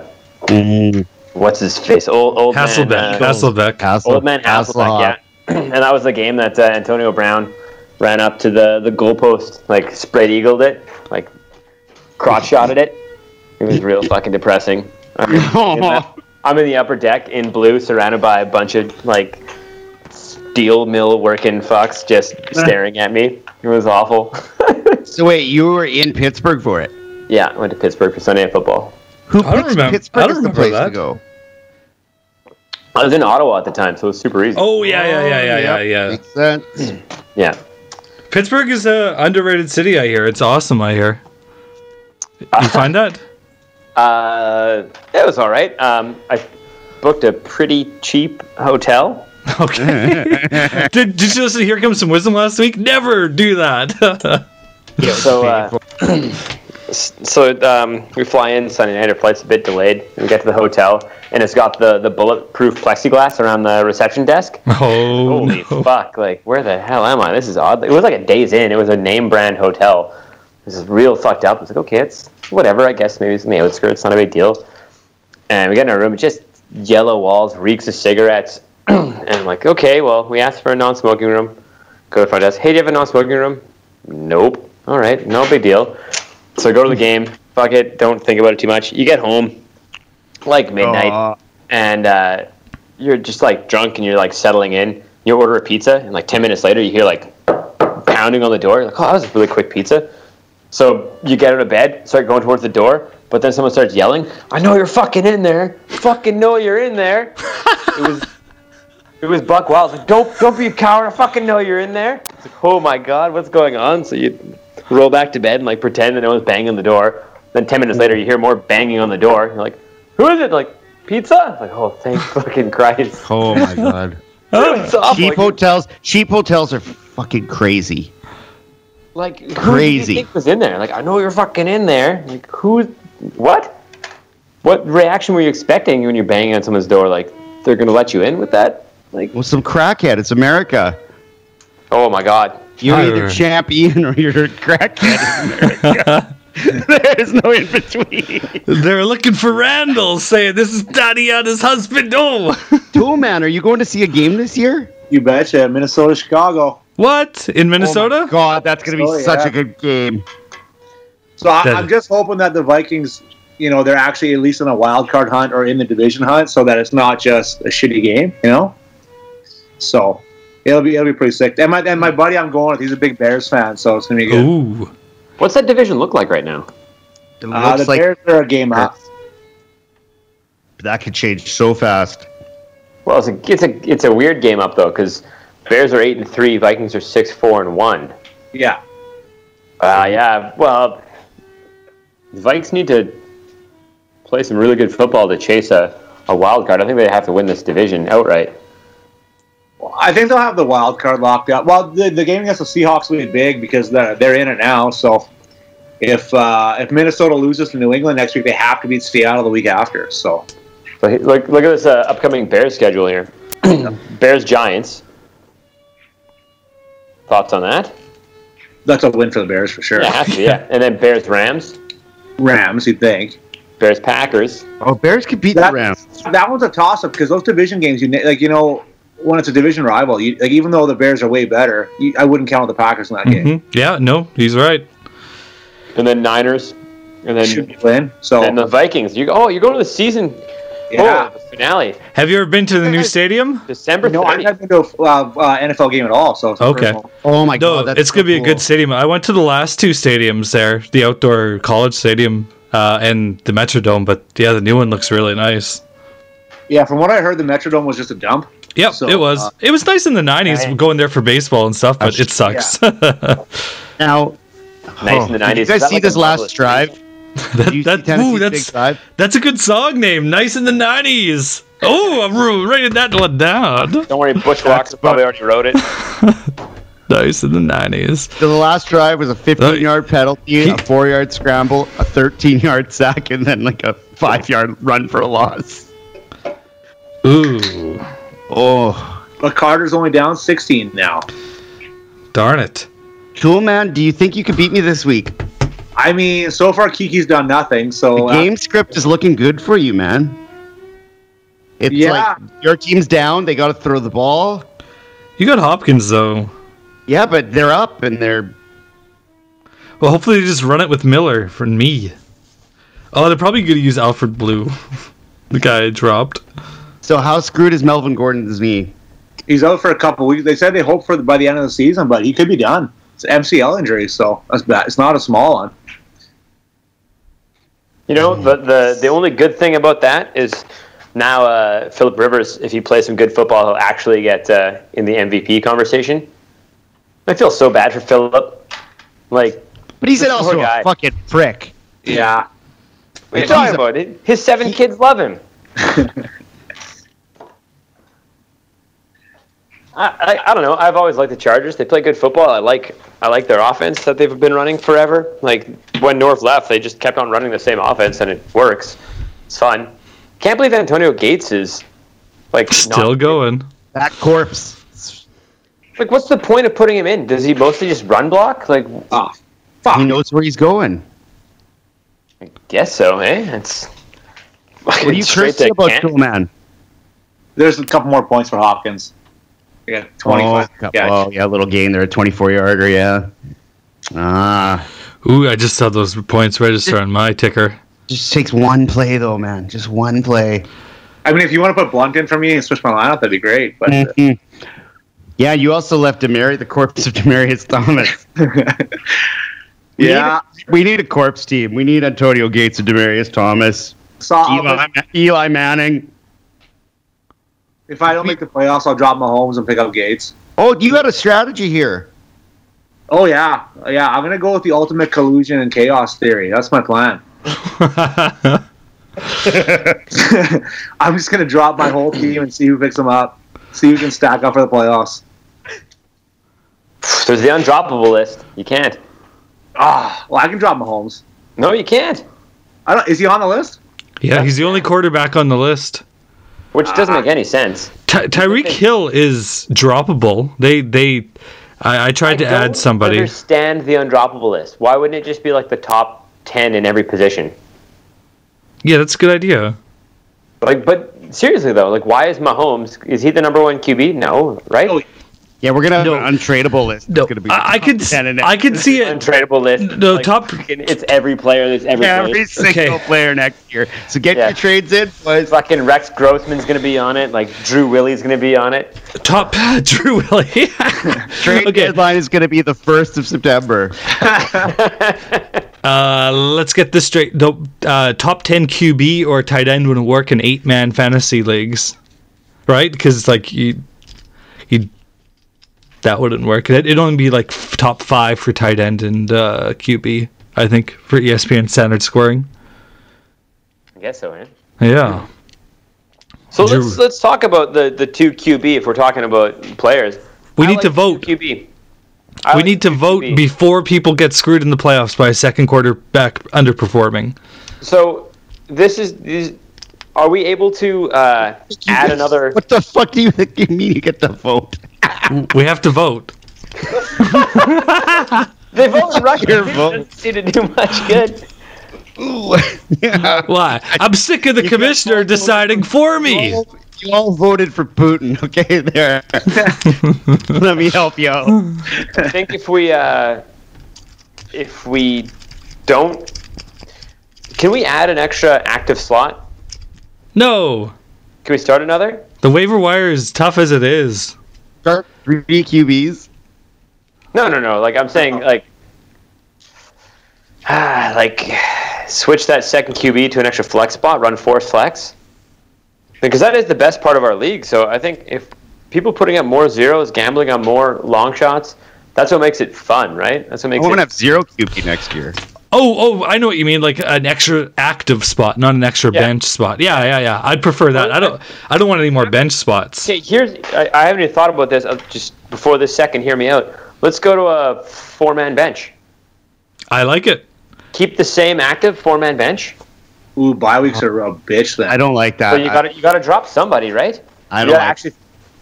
what's his face, old old man,
Hasselbeck.
uh,
Hasselbeck.
Castle,
old man Hasselbeck, yeah. and that was the game that uh, Antonio Brown ran up to the the goalpost, like spread eagled it, like crotch shotted it. It was real fucking depressing. I mean, in the- I'm in the upper deck in blue, surrounded by a bunch of like steel mill working fucks just staring at me. It was awful.
So wait, you were in Pittsburgh for it.
yeah, I went to Pittsburgh for Sunday Night football.
I
Who
don't
picks
remember-
Pittsburgh
I don't
as the
remember
place
that.
to go?
I was in Ottawa at the time, so it was super easy.
Oh yeah, yeah, yeah, yeah, yeah,
Yep,
yeah.
Makes sense.
Yeah,
Pittsburgh is a underrated city. I hear it's awesome. I hear. You find that?
uh, it was all right. Um, I booked a pretty cheap hotel.
Okay. did, did you listen to Here Comes Some Wisdom last week? Never do that.
so uh, so um, we fly in Sunday night. Our flight's a bit delayed. We get to the hotel, and it's got the, the bulletproof plexiglass around the reception desk.
oh,
Holy
no.
fuck! Like, where the hell am I? This is odd. It was like a Days Inn. It was a name brand hotel. This is real fucked up. It's like, okay, it's whatever. I guess maybe it's in the outskirts. It's not a big deal. And we get in our room. It's just yellow walls, reeks of cigarettes. and I'm like, okay, well, we asked for a non-smoking room. Go to the front desk. Hey, do you have a non-smoking room? Nope. All right, no big deal. So go to the game. Fuck it. Don't think about it too much. You get home, like midnight,
Aw.
and. uh you're just like drunk and you're like settling in. You order a pizza, and like 10 minutes later, you hear like pounding on the door. You're like, oh, that was a really quick pizza. So you get out of bed, start going towards the door, but then someone starts yelling, I know you're fucking in there. Fucking know you're in there. it was. It was Buck Wild. Like, don't don't be a coward. I fucking know you're in there. It's like, oh my god, what's going on? So you roll back to bed and like pretend that no one's banging on the door. Then ten minutes later, you hear more banging on the door. You're like, who is it? Like pizza? Like, oh, thank fucking Christ.
Oh my god.
It's awful.
cheap
Like,
hotels. Cheap hotels are fucking crazy.
like who did you
Crazy.
think was in there. Like I know you're fucking in there. Like who? What? What reaction were you expecting when you're banging on someone's door? Like they're gonna let you in with that? Like
Well, some crackhead. It's America.
oh my god.
You're
I
either
re-
champion or you're a crackhead. There's no in between.
They're looking for Randall, saying this is Tatiana's husband. Oh,
Tool man, are you going to see a game this year?
You betcha. Minnesota, Chicago.
what in
Oh
Minnesota?
my God, that's gonna be
Oh,
such
yeah.
a good game.
So I,
That-
I'm just hoping that the Vikings, you know, they're actually at least in a wild card hunt or in the division hunt, so that it's not just a shitty game, you know. So it'll be it'll be pretty sick. And my and my buddy I'm going with, he's a big Bears fan, so it's gonna be good.
Ooh,
What's that division look like right now?
It
Uh, the
looks like
Bears are a game up.
that could change so fast.
Well, it's a it's a it's a weird game up though because Bears are eight and three, Vikings are six four and one.
Yeah.
Uh, yeah. Well, the Vikes need to play some really good football to chase a, a wild card. I think they have to win this division outright.
I think they'll have the wild card locked up. Well, the, the game against the Seahawks will be big because they're, they're in it now. So if uh, if Minnesota loses to New England next week, they have to beat Seattle the week after. So
But he- look, look at this uh, upcoming Bears schedule here. Bears Giants. Thoughts on that?
that's a win for the Bears for sure.
Yeah, has to be, yeah. And then Bears Rams,
Rams, you'd think.
Bears Packers.
Oh, Bears could beat
That-
the Rams.
That one's a toss up because those division games, you na- like you know, when it's a division rival, you, like even though the Bears are way better, you, I wouldn't count the Packers in that game.
Mhm. Yeah, no, he's right.
and then Niners, and
Should
then
be win. So
and the Vikings. You oh, you're going to the season
yeah.
oh, the finale,
Have you ever been to the new
Oh
stadium?
December
No, I've
30.
not been to a uh, uh, NFL game at all. So it's the
Okay.
first one.
Oh my
No,
god, that's
it's
so
gonna be a
cool.
good stadium. I went to the last two stadiums there, the outdoor college stadium uh, and the Metrodome. But yeah, the new one looks really nice.
Yeah, from what I heard, the Metrodome was just a dump.
Yep,
So,
it was.
uh,
it was nice in the '90s,
I-
going there for baseball and stuff. But
That's-
it sucks.
Now,
Nice in the 90s.
Oh, Did you
Is
guys
that
see
like
this
a
last
public-
drive? Did you
that,
see
that, ooh,
Tennessee's big
that's
drive?
that's a good song name. Nice in the '90s. Oh, I'm ru- writing that one down.
Don't worry, Bushwalker probably already wrote it.
Nice in the '90s.
So the last drive was a 15 yard penalty,
He-
a four yard scramble, a 13 yard sack, and then like a five yard run for a loss.
Ooh,
Oh,
But Carter's only down 16 now.
darn it.
cool man. Do you think you could beat me this week?
I mean, so far Kiki's done nothing. So
The
uh,
game script is looking good for you, man. It's
Yeah.
like your team's down; they got to throw the ball.
You got Hopkins though.
Yeah, but they're up and they're
Well, hopefully they just run it with Miller for me. Oh, they're probably going to use Alfred Blue, the guy I dropped.
so. How screwed is Melvin Gordon's knee?
he's out for a couple weeks. They said they hope for the, by the end of the season, but he could be done. It's an MCL injury, so that's bad. It's not a small one.
You know, the, the the only good thing about that is now uh, Philip Rivers, if he plays some good football, he'll actually get uh, in the MVP conversation. I feel so bad for Philip. Like,
But he's
This
also
poor guy.
a fucking prick.
what
Yeah.
are you
He's
talking
a-
about? It- His seven kids love him. I, I, I don't know. I've always liked the Chargers. They play good football. I like I like their offense that they've been running forever. Like when North left, they just kept on running the same offense, and it works. It's fun. Can't believe Antonio Gates is like not-
Still going.
That corpse.
like what's the point of putting him in? Does he mostly just run block? Like
Ah,
He knows where he's going.
guess so, eh? It's
What are you cursing about, cool man?
there's a couple more points for Hopkins. Yeah, 25.
Oh,
yeah.
oh, yeah, little gain there, a 24 yarder, yeah. Ah,
Ooh, I just saw those points register on my ticker.
just takes one play though, man. Just one play.
I mean, if you want to put Blunt in for me and switch my lineup, that'd be great. But uh,
Mhm. Yeah, you also left Demary the corpse of Demarius Thomas. We
uh, yeah,
need, we need a corpse team. We need Antonio Gates and Demarius Thomas,
saw
Eli, Eli Manning.
if I don't make the playoffs, I'll drop Mahomes and pick up Gates.
Oh, you got a strategy here.
Oh yeah, yeah. I'm gonna go with the ultimate collusion and chaos theory. That's my plan. I'm just gonna drop my whole team and see who picks them up. See who can stack up for the playoffs.
There's the undroppable list. You can't.
Ah, well, I can drop Mahomes.
No, you can't.
I don't. Is he on the list?
yeah, he's the only quarterback on the list.
Which doesn't make any sense.
Ty- Tyreek
Okay.
Hill is droppable. They they, I, I tried to
I don't
add somebody.
Understand the undroppable list. Why wouldn't it just be like the top ten in every position?
Yeah, that's a good idea.
Like, but seriously though, like, why is Mahomes? Is he the number one QB? No, right?
No,
Yeah, we're gonna have
No.
an untradeable list.
No,
it's gonna be
I, I could s-
10 in
I could see it.
Untradeable list.
No,
like,
top-
fucking- It's every player. There's every.
every
Every
single player next year. So get
Yeah.
your trades in, boys.
fucking Rex Grossman's gonna be on it. Like Drew Willie's gonna be on it.
Top Drew Willie.
Trade
okay,
deadline is going to be the first of September.
Uh, let's get this straight. The uh, top 10 QB or tight end would work in eight man fantasy leagues, right? Because like you, you, that wouldn't work. It, it'd only be like f- top five for tight end and uh, QB, I think, for E ESPN standard scoring.
I guess so, man.
Yeah.
So let's let's talk about the the two QB if we're talking about players.
We
I
need
like
to
the
vote.
two QB.
we need to vote
before.
before people get screwed in the playoffs by a second quarterback underperforming.
so this is these. Are we able to uh, add another?
What the fuck do you think you mean you get the vote?
We have to vote.
They've only rushed.
Your
It
vote.
doesn't seem to do much good.
yeah.
Why? I'm sick of the commissioner deciding for me.
all- you all voted for Putin, okay? There. Let me help you out.
I think if we uh, if we don't, can we add an extra active slot?
No.
Can we start another?
The waiver wire is tough as it is.
Start three QBs.
No, no, no. Like I'm saying,
Oh.
like ah, like switch that second QB to an extra flex spot. Run four flex because that is the best part of our league. So I think if people putting up more zeros, gambling on more long shots, that's what makes it fun, right? That's what
I'm
makes
going
it.
to have zero QB next year.
Oh, oh, I know what you mean. Like an extra active spot, not an extra
Yeah.
bench spot. Yeah, yeah, yeah. I'd prefer that. I don't. I don't want any more bench spots.
Okay, here's I, I haven't even thought about this. uh, Just before this second, hear me out. Let's go to a four-man bench.
I like it.
Keep the same active four-man bench.
Ooh, bye weeks are a bitch then.
Uh, I don't like that.
So you got to you got to drop somebody, right?
I, I
You
don't
gotta
like
actually.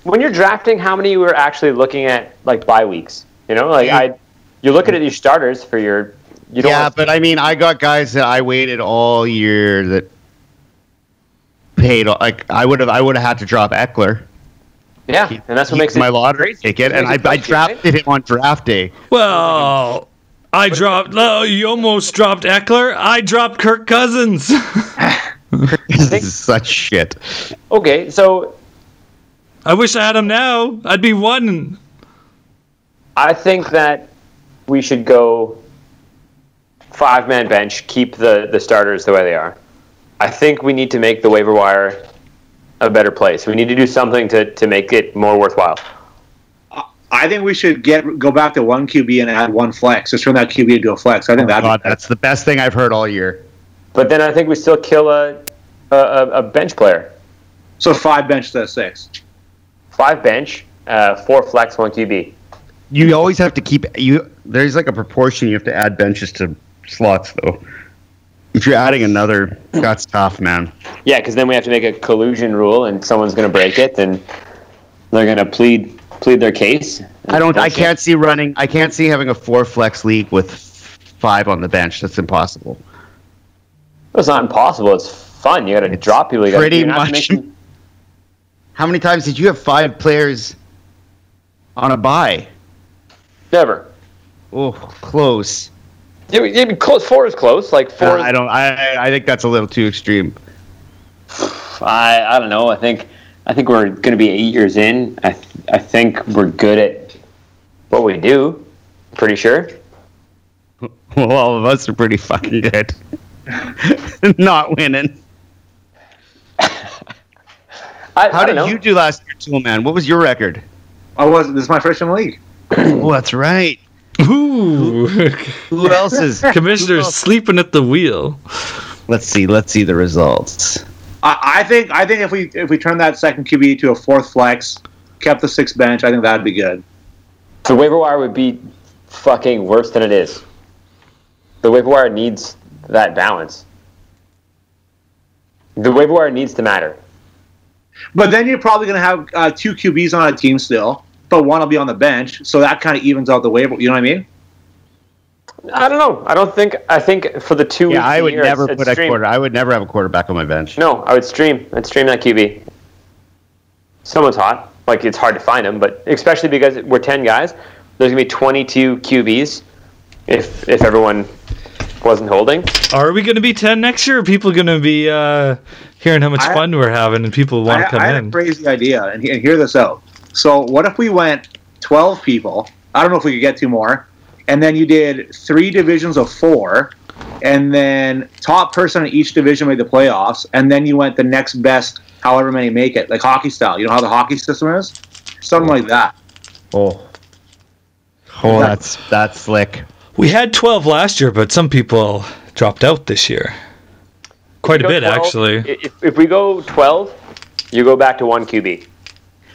When you're drafting, how many you are actually looking at like bye weeks? You know, like I, you're looking at your starters for your. You don't
Mm-hmm. yeah,
want-
but I mean, I got guys that I waited all year that paid. Like I would have, I would have had to drop Eckler.
yeah, and that's what
He
makes
was my
it
lottery
crazy.
ticket,
It
and I,
makes it
I
crazy, right?
drafted him on draft day.
Well, I dropped. Oh, you almost dropped Eckler. I dropped Kirk Cousins.
this
think-
is such shit.
Okay, so
I wish I had him now. I'd be one.
I think that we should go five man bench, keep the, the starters the way they are. I think we need to make the waiver wire a better place. We need to do something to, to make it more worthwhile.
I think we should get go back to one QB and add one flex. Just turn that QB into a flex. I think that'd
Oh, God,
be better.
that's the best thing I've heard all year.
But then I think we still kill a, a, a a bench player.
so five bench to six.
Five bench, uh, four flex, one QB.
You always have to keep you. There's like a proportion you have to add benches to slots, though. If you're adding another, that's tough, man.
Yeah, because then we have to make a collusion rule, and someone's going to break it, and they're going to plead plead their case.
I don't. I can't see running. I can't see having a four flex league with five on the bench. That's impossible.
It's not impossible. It's fun. You got to drop people. You gotta,
pretty
you have to
much-
make-
How many times did you have five players on a buy?
never.
Oh, close.
Yeah, we- yeah, we close. Four is close. Like four.
Uh, I don't. I I think that's a little too extreme.
I, I don't know. I think I think we're going to be eight years in. I th- I think we're good at what we do. Pretty sure.
Well, all of us are pretty fucking good. Not winning.
I,
How
I don't
did
know.
you do last year, Tool Man? What was your record?
I was this is my first year in the league.
Oh, that's right.
Ooh,
Who else is?
commissioner's sleeping at the wheel.
let's see. Let's see the results.
I, I think I think if we if we turn that second QB to a fourth flex, kept the sixth bench, I think that'd be good.
The waiver wire would be fucking worse than it is. The waiver wire needs that balance. The waiver wire needs to matter.
But then you're probably going to have uh, two QBs on a team still, but one will be on the bench, so that kind of evens out the waiver. You know what I mean?
I don't know. I don't think. I think for the two.
Yeah,
weeks
I
of the
would
year,
never
it's- it's
put a
stream.
quarter. I would never have a quarterback on my bench.
No, I would stream. I'd stream that QB. Someone's hot. Like it's hard to find him, but especially because we're ten guys, there's gonna be twenty-two QBs if if everyone wasn't holding.
Are we going to be ten next year? Are people going to be uh, hearing how much
I-
fun we're having and people want
I,
to come
I had a
in?
crazy idea, and, he- and hear this out. So, what if we went 12 people? I don't know if we could get two more. And then you did three divisions of four, and then top person in each division made the playoffs, and then you went the next best, however many make it, like hockey style. You know how the hockey system is? Something like that.
Oh, oh, that's that's slick.
We had twelve last year, but some people dropped out this year. Quite a
Go
bit,
12.
actually.
If, if we go twelve, You go back to one QB.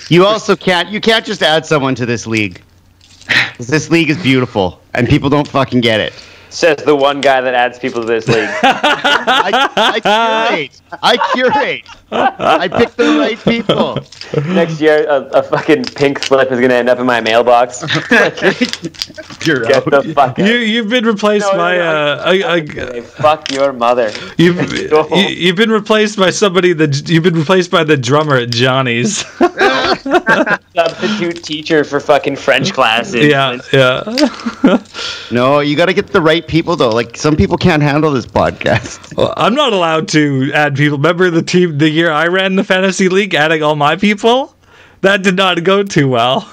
You also can't you can't just add someone to this league. 'Cause This league is beautiful, and people don't fucking get it.
Says the one guy that adds people to this league.
I, I curate. I curate. I pick the right people.
Next year, a, a fucking pink slip is gonna end up in my mailbox.
You're
Get
out.
the fuck out.
You you've been replaced
No, no,
by
no,
uh,
I-
I, I,
Hey, fuck your mother.
you've
No.
you, you've been replaced by somebody that you've been replaced by the drummer at Johnny's.
Substitute teacher for fucking French classes.
yeah, yeah.
No, you got to get the right people though. Like some people can't handle this podcast.
Well, I'm not allowed to add people. Remember the team the year I ran the fantasy league, adding all my people. That did not go too well.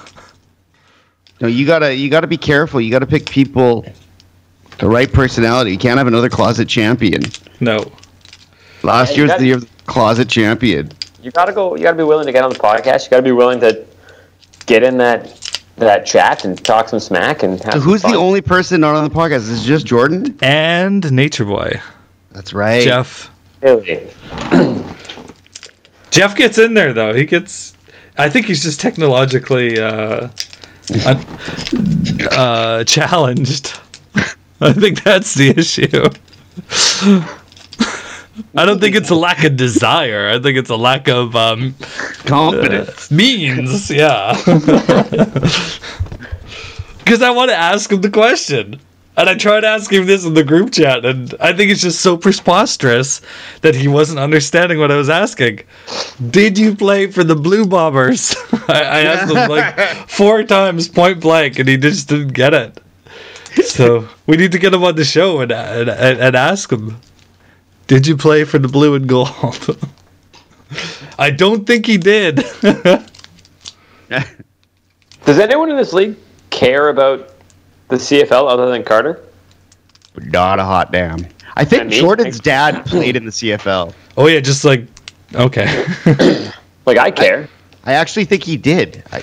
No, you gotta you gotta be careful. You gotta pick people, the right personality. You can't have another closet champion.
No.
Last
Yeah, you
year's
got-
the year of the closet champion.
You gotta go. You gotta be willing to get on the podcast. You gotta be willing to get in that that chat and talk some smack and have
So
some
who's the
fun.
only person not on the podcast? Is it just Jordan?
And Nature Boy,
That's right.
Jeff.
Really?
Jeff gets in there though. He gets. I think he's just technologically uh, un- uh, challenged. I think that's the issue. I don't think it's a lack of desire. I think it's a lack of um,
Confident.
means. Yeah. Because I want to ask him the question. And I tried asking this in the group chat, and I think it's just so preposterous that he wasn't understanding what I was asking. Did you play for the Blue Bombers? I, I asked him like four times point blank, and he just didn't get it. So we need to get him on the show and, and, and ask him Did you play for the Blue and Gold? I don't think he did.
Does anyone in this league care about the CFL other than Carter?
Not a hot damn. I think
And me?
Jordan's dad played in the CFL.
oh yeah, just like okay.
Like I care.
I actually think he did. I,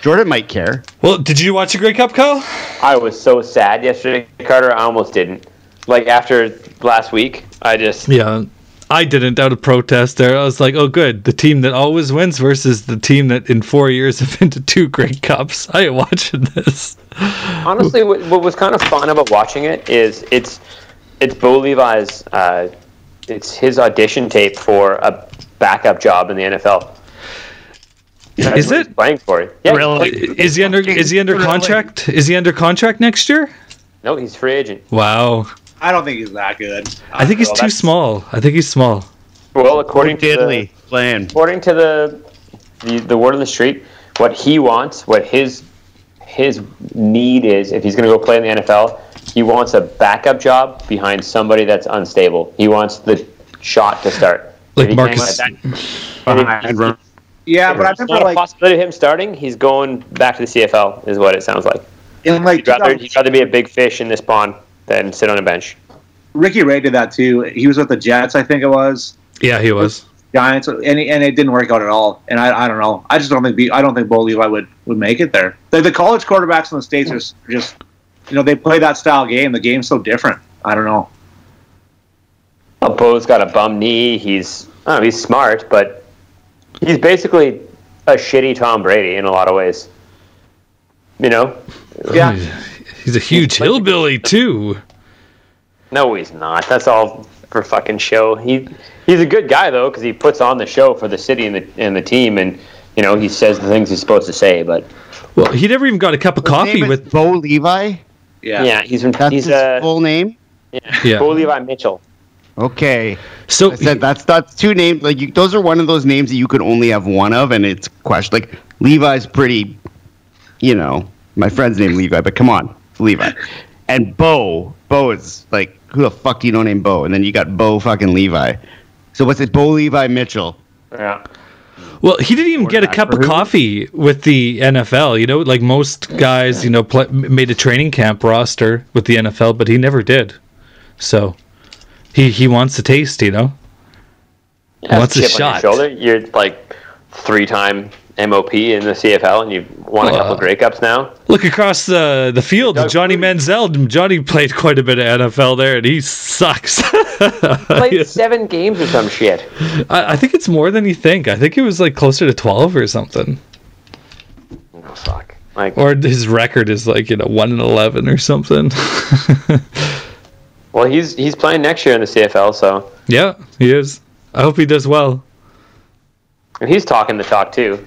Jordan might care.
well, did you watch a Grey Cup, Kyle?
I was so sad yesterday, Carter. I almost didn't. Like after last week, I just
Yeah, I didn't. Out of protest, there I was like, oh good, the team that always wins versus the team that in four years have been to two Grey Cups. I ain't watching this.
honestly, what, what was kind of fun about watching it is it's it's Bo Levi's uh, it's his audition tape for a backup job in the NFL. That's
Is
what he's
it?
playing for? Yeah, he's playing-
Is he under? Is he under contract? Is he under contract next year?
No, he's free agent.
Wow,
I don't think he's that good.
I think he's
Well,
too
that's-
small. I think he's small.
Well, according to the,
Diddley playing.
according to the, the the word on the street, what he wants, what his his need is, if he's going to go play in the NFL, he wants a backup job behind somebody that's unstable. He wants the shot to start.
Like
If he can't
Marcus-
get back- and if
Yeah, but I
there's not
remember
a
like
possibility of him starting. He's going back to the CFL, is what it sounds like.
in like
He'd rather, he'd rather be a big fish in this pond than sit on a bench.
Ricky Ray did that too. He was with the Jets, I think it was
Yeah, he was.
Giants, and and it didn't work out at all. And I, I don't know. I just don't think the, I don't think Bo Levi would would make it there. The, the college quarterbacks in the states are s- just you know they play that style game. The game's so different. I don't know.
Uh, Bo's got a bum knee. He's I don't know, he's smart, but he's basically a shitty Tom Brady in a lot of ways. You know?
Yeah,
He's a huge hillbilly too.
No, he's not. That's all for fucking show. He he's a good guy though because he puts on the show for the city and the and the team, and you know he says the things he's supposed to say. But
Well, he never even got a cup of coffee
Name is
with.
Bo Levi.
yeah.
yeah, he's been
That's
he's
his
a uh,
full name.
Yeah.
Bo Levi Mitchell.
Okay,
So
I said that's that's two names. Like you, those are one of those names that you could only have one of, and it's question. Like Levi's pretty, you know, my friend's name Levi, but come on, it's Levi, and Bo. Bo is like who the fuck do you know name Bo? And then you got Bo fucking Levi. So what's it? Bo Levi Mitchell.
Yeah.
Well, he didn't even get a
Quarterback
cup
for
of
who?
coffee with the NFL. You know, like most guys, you know, pl- made a training camp roster with the NFL, but he never did. So he he wants a taste, you know.
Have
What's
a
a
chip on
shot?
your shoulder? You're like three time MOP in the CFL and you've won a couple
Uh,
breakups now.
Look across the the field.
Doug
Johnny
Flutie.
Manziel. Johnny played quite a bit of NFL there, and he sucks.
Played seven games or some shit.
I, I think it's more than you think. I think it was like closer to twelve or something.
Oh, fuck. Like,
Or his record is like you know one and eleven or something.
well, he's he's playing next year in the CFL, so
yeah, he is. I hope he does well.
and he's talking the talk too.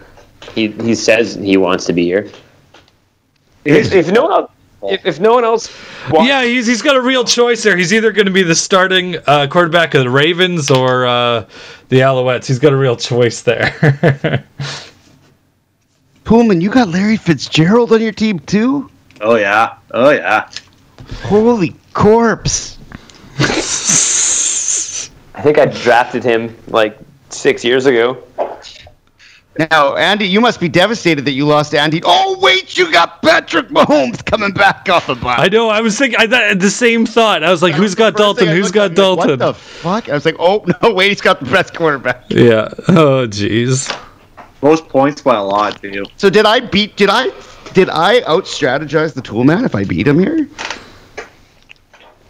He he says he wants to be here. If, if no one else, if, if no one else, wants,
Yeah, he's he's got a real choice there. He's either going to be the starting uh, quarterback of the Ravens or uh, the Alouettes. He's got a real choice there.
Pullman, you got Larry Fitzgerald on your team too?
Oh yeah. Oh yeah.
Holy corpse.
I think I drafted him like six years ago.
Now, Andy, you must be devastated that you lost Andy. Oh, wait, you got Patrick Mahomes coming back off the bye.
I know. I was thinking I th- the same thought. I was like, who's got Dalton? Who's got Dalton?
What the fuck? I was like, oh, no, wait, he's got the best quarterback.
yeah. Oh, jeez.
Most points by a lot, dude.
So did I beat, did I, did I out-strategize the Tool Man if I beat him here?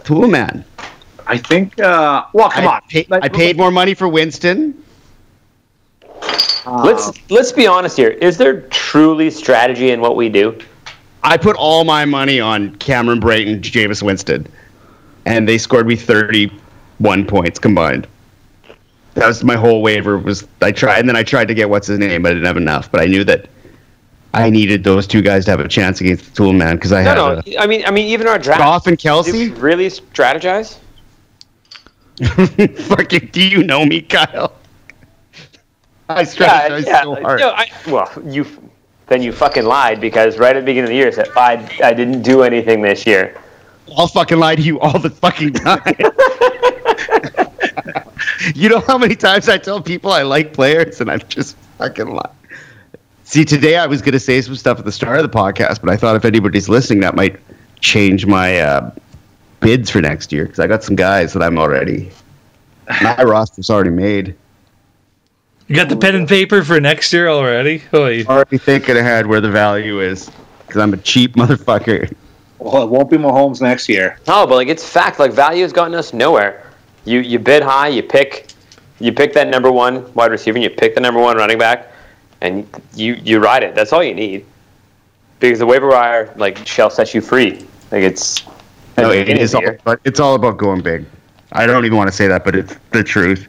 Tool Man.
I think. Uh, well, come
I
on.
pa-
Like,
I paid more money for Winston.
uh,
Let's let's be honest here. Is there truly strategy in what we do?
I put all my money on Cameron Brayton, Jameis Winston, and they scored me 31 points combined. That was my whole waiver. Was I tried, and then I tried to get what's his name. I didn't have enough, but I knew that I needed those two guys to have a chance against the Tool Man because I had
No, no.
a-
I mean, I mean, even our draft.
Goff and
Did we
Kelsey.
really strategize?
Fucking, do you know me, Kyle? I strategized so hard.
No, I, well, you then you fucking lied because right at the beginning of the year you said I I didn't do anything this year.
I'll fucking lie to you all the fucking time. you know how many times I tell people I like players and I'm just fucking lying. See, today I was going to say some stuff at the start of the podcast, but I thought if anybody's listening, that might change my uh, bids for next year because I got some guys that I'm already. My roster's already made.
You got the pen and paper for next year already? Oy.
Already thinking ahead where the value is because I'm a cheap motherfucker.
Well, it won't be Mahomes next year.
No, but like it's fact. Like value has gotten us nowhere. You you bid high, you pick, you pick that number one wide receiver, and you pick the number one running back, and you you ride it. That's all you need, because the waiver wire like shall set you free. Like it's
No,
at the
it
beginning
is
of
all,
the year.
but it's all about going big. I don't even want to say that, but it's the truth.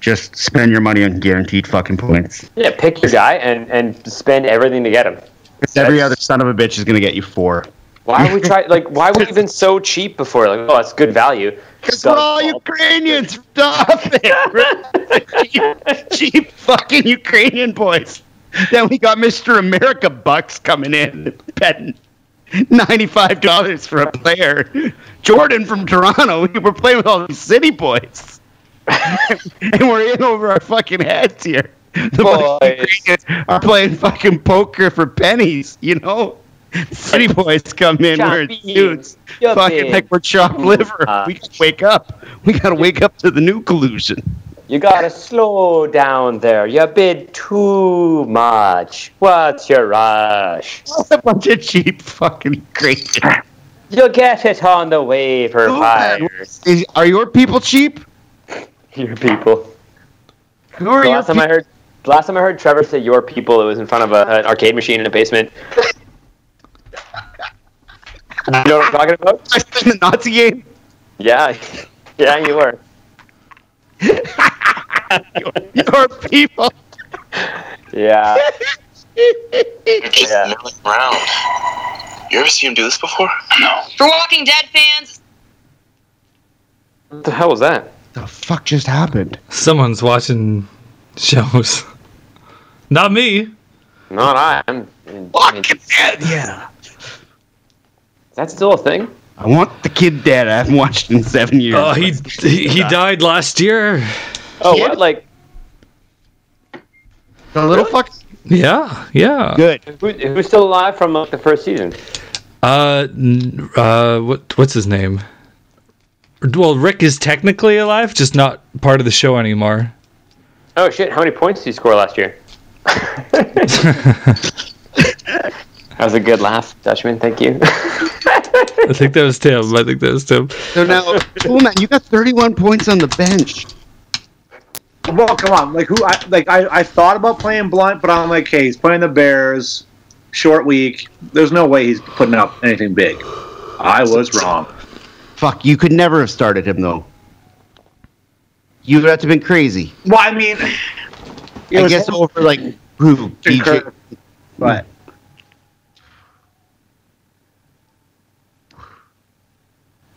Just spend your money on guaranteed fucking points.
yeah. Pick your guy and and spend everything to get him.
Because every other son of a bitch is going to get you four.
Why would we try? Like why were we even so cheap before? Like oh, that's good value.
Because we're all Ukrainians. Stop it. cheap, cheap fucking Ukrainian boys. Then we got Mr. America bucks coming in, betting $95 for a player. Jordan from Toronto, we were playing with all these city boys. and we're in over our fucking heads here. The bunch of
Boys.
Ukrainians are playing fucking poker for pennies, you know? City boys come in wearing
Choppy.
suits
You're
fucking
big.
like we're chopped liver.
Uh,
we gotta wake up. We gotta wake up to the new collusion.
You gotta slow down there. You bid too much. What's your rush?
A bunch of cheap fucking great.
You'll get it on the waiver
Oh,
wire.
Is, are your people cheap?
Your people.
Who are
The
your
last time I
people?
heard, the last time I heard Trevor say "your people," it was in front of a, an arcade machine in a basement. you know what I'm talking about?
I was in the Nazi game.
Yeah, yeah, you were.
Your people.
Yeah,
He's
Yeah.
milling around. You ever seen him do this before? No.
For Walking Dead fans,
what the hell was that?
the fuck just happened?
Someone's watching shows. Not me.
Not I. I'm. I mean, is
Yeah.
that still a thing?
I want the kid dead. I haven't watched in seven years.
Oh, he he, he died last year.
Oh,
Yeah.
what? Like,
the little fuck.
Yeah, yeah.
Good.
who, who's still alive from like, the first season?
Uh, n- uh, what what's his name? Well, Rick is technically alive, just not part of the show anymore.
Oh shit! How many points did he score last year? That was a good laugh, Dutchman. Thank you.
I think that was Tim. I think that was Tim.
So now, Toolman, you got 31 points on the bench.
Well, come on. Like who? I, like I, I thought about playing Blunt, but I'm like, hey, he's playing the Bears. Short week. There's no way he's putting up anything big. I was wrong.
Fuck, you could never have started him though. You would have to have been crazy.
Well, I mean, it
I
was
guess over like who? DJ.
Kirk, but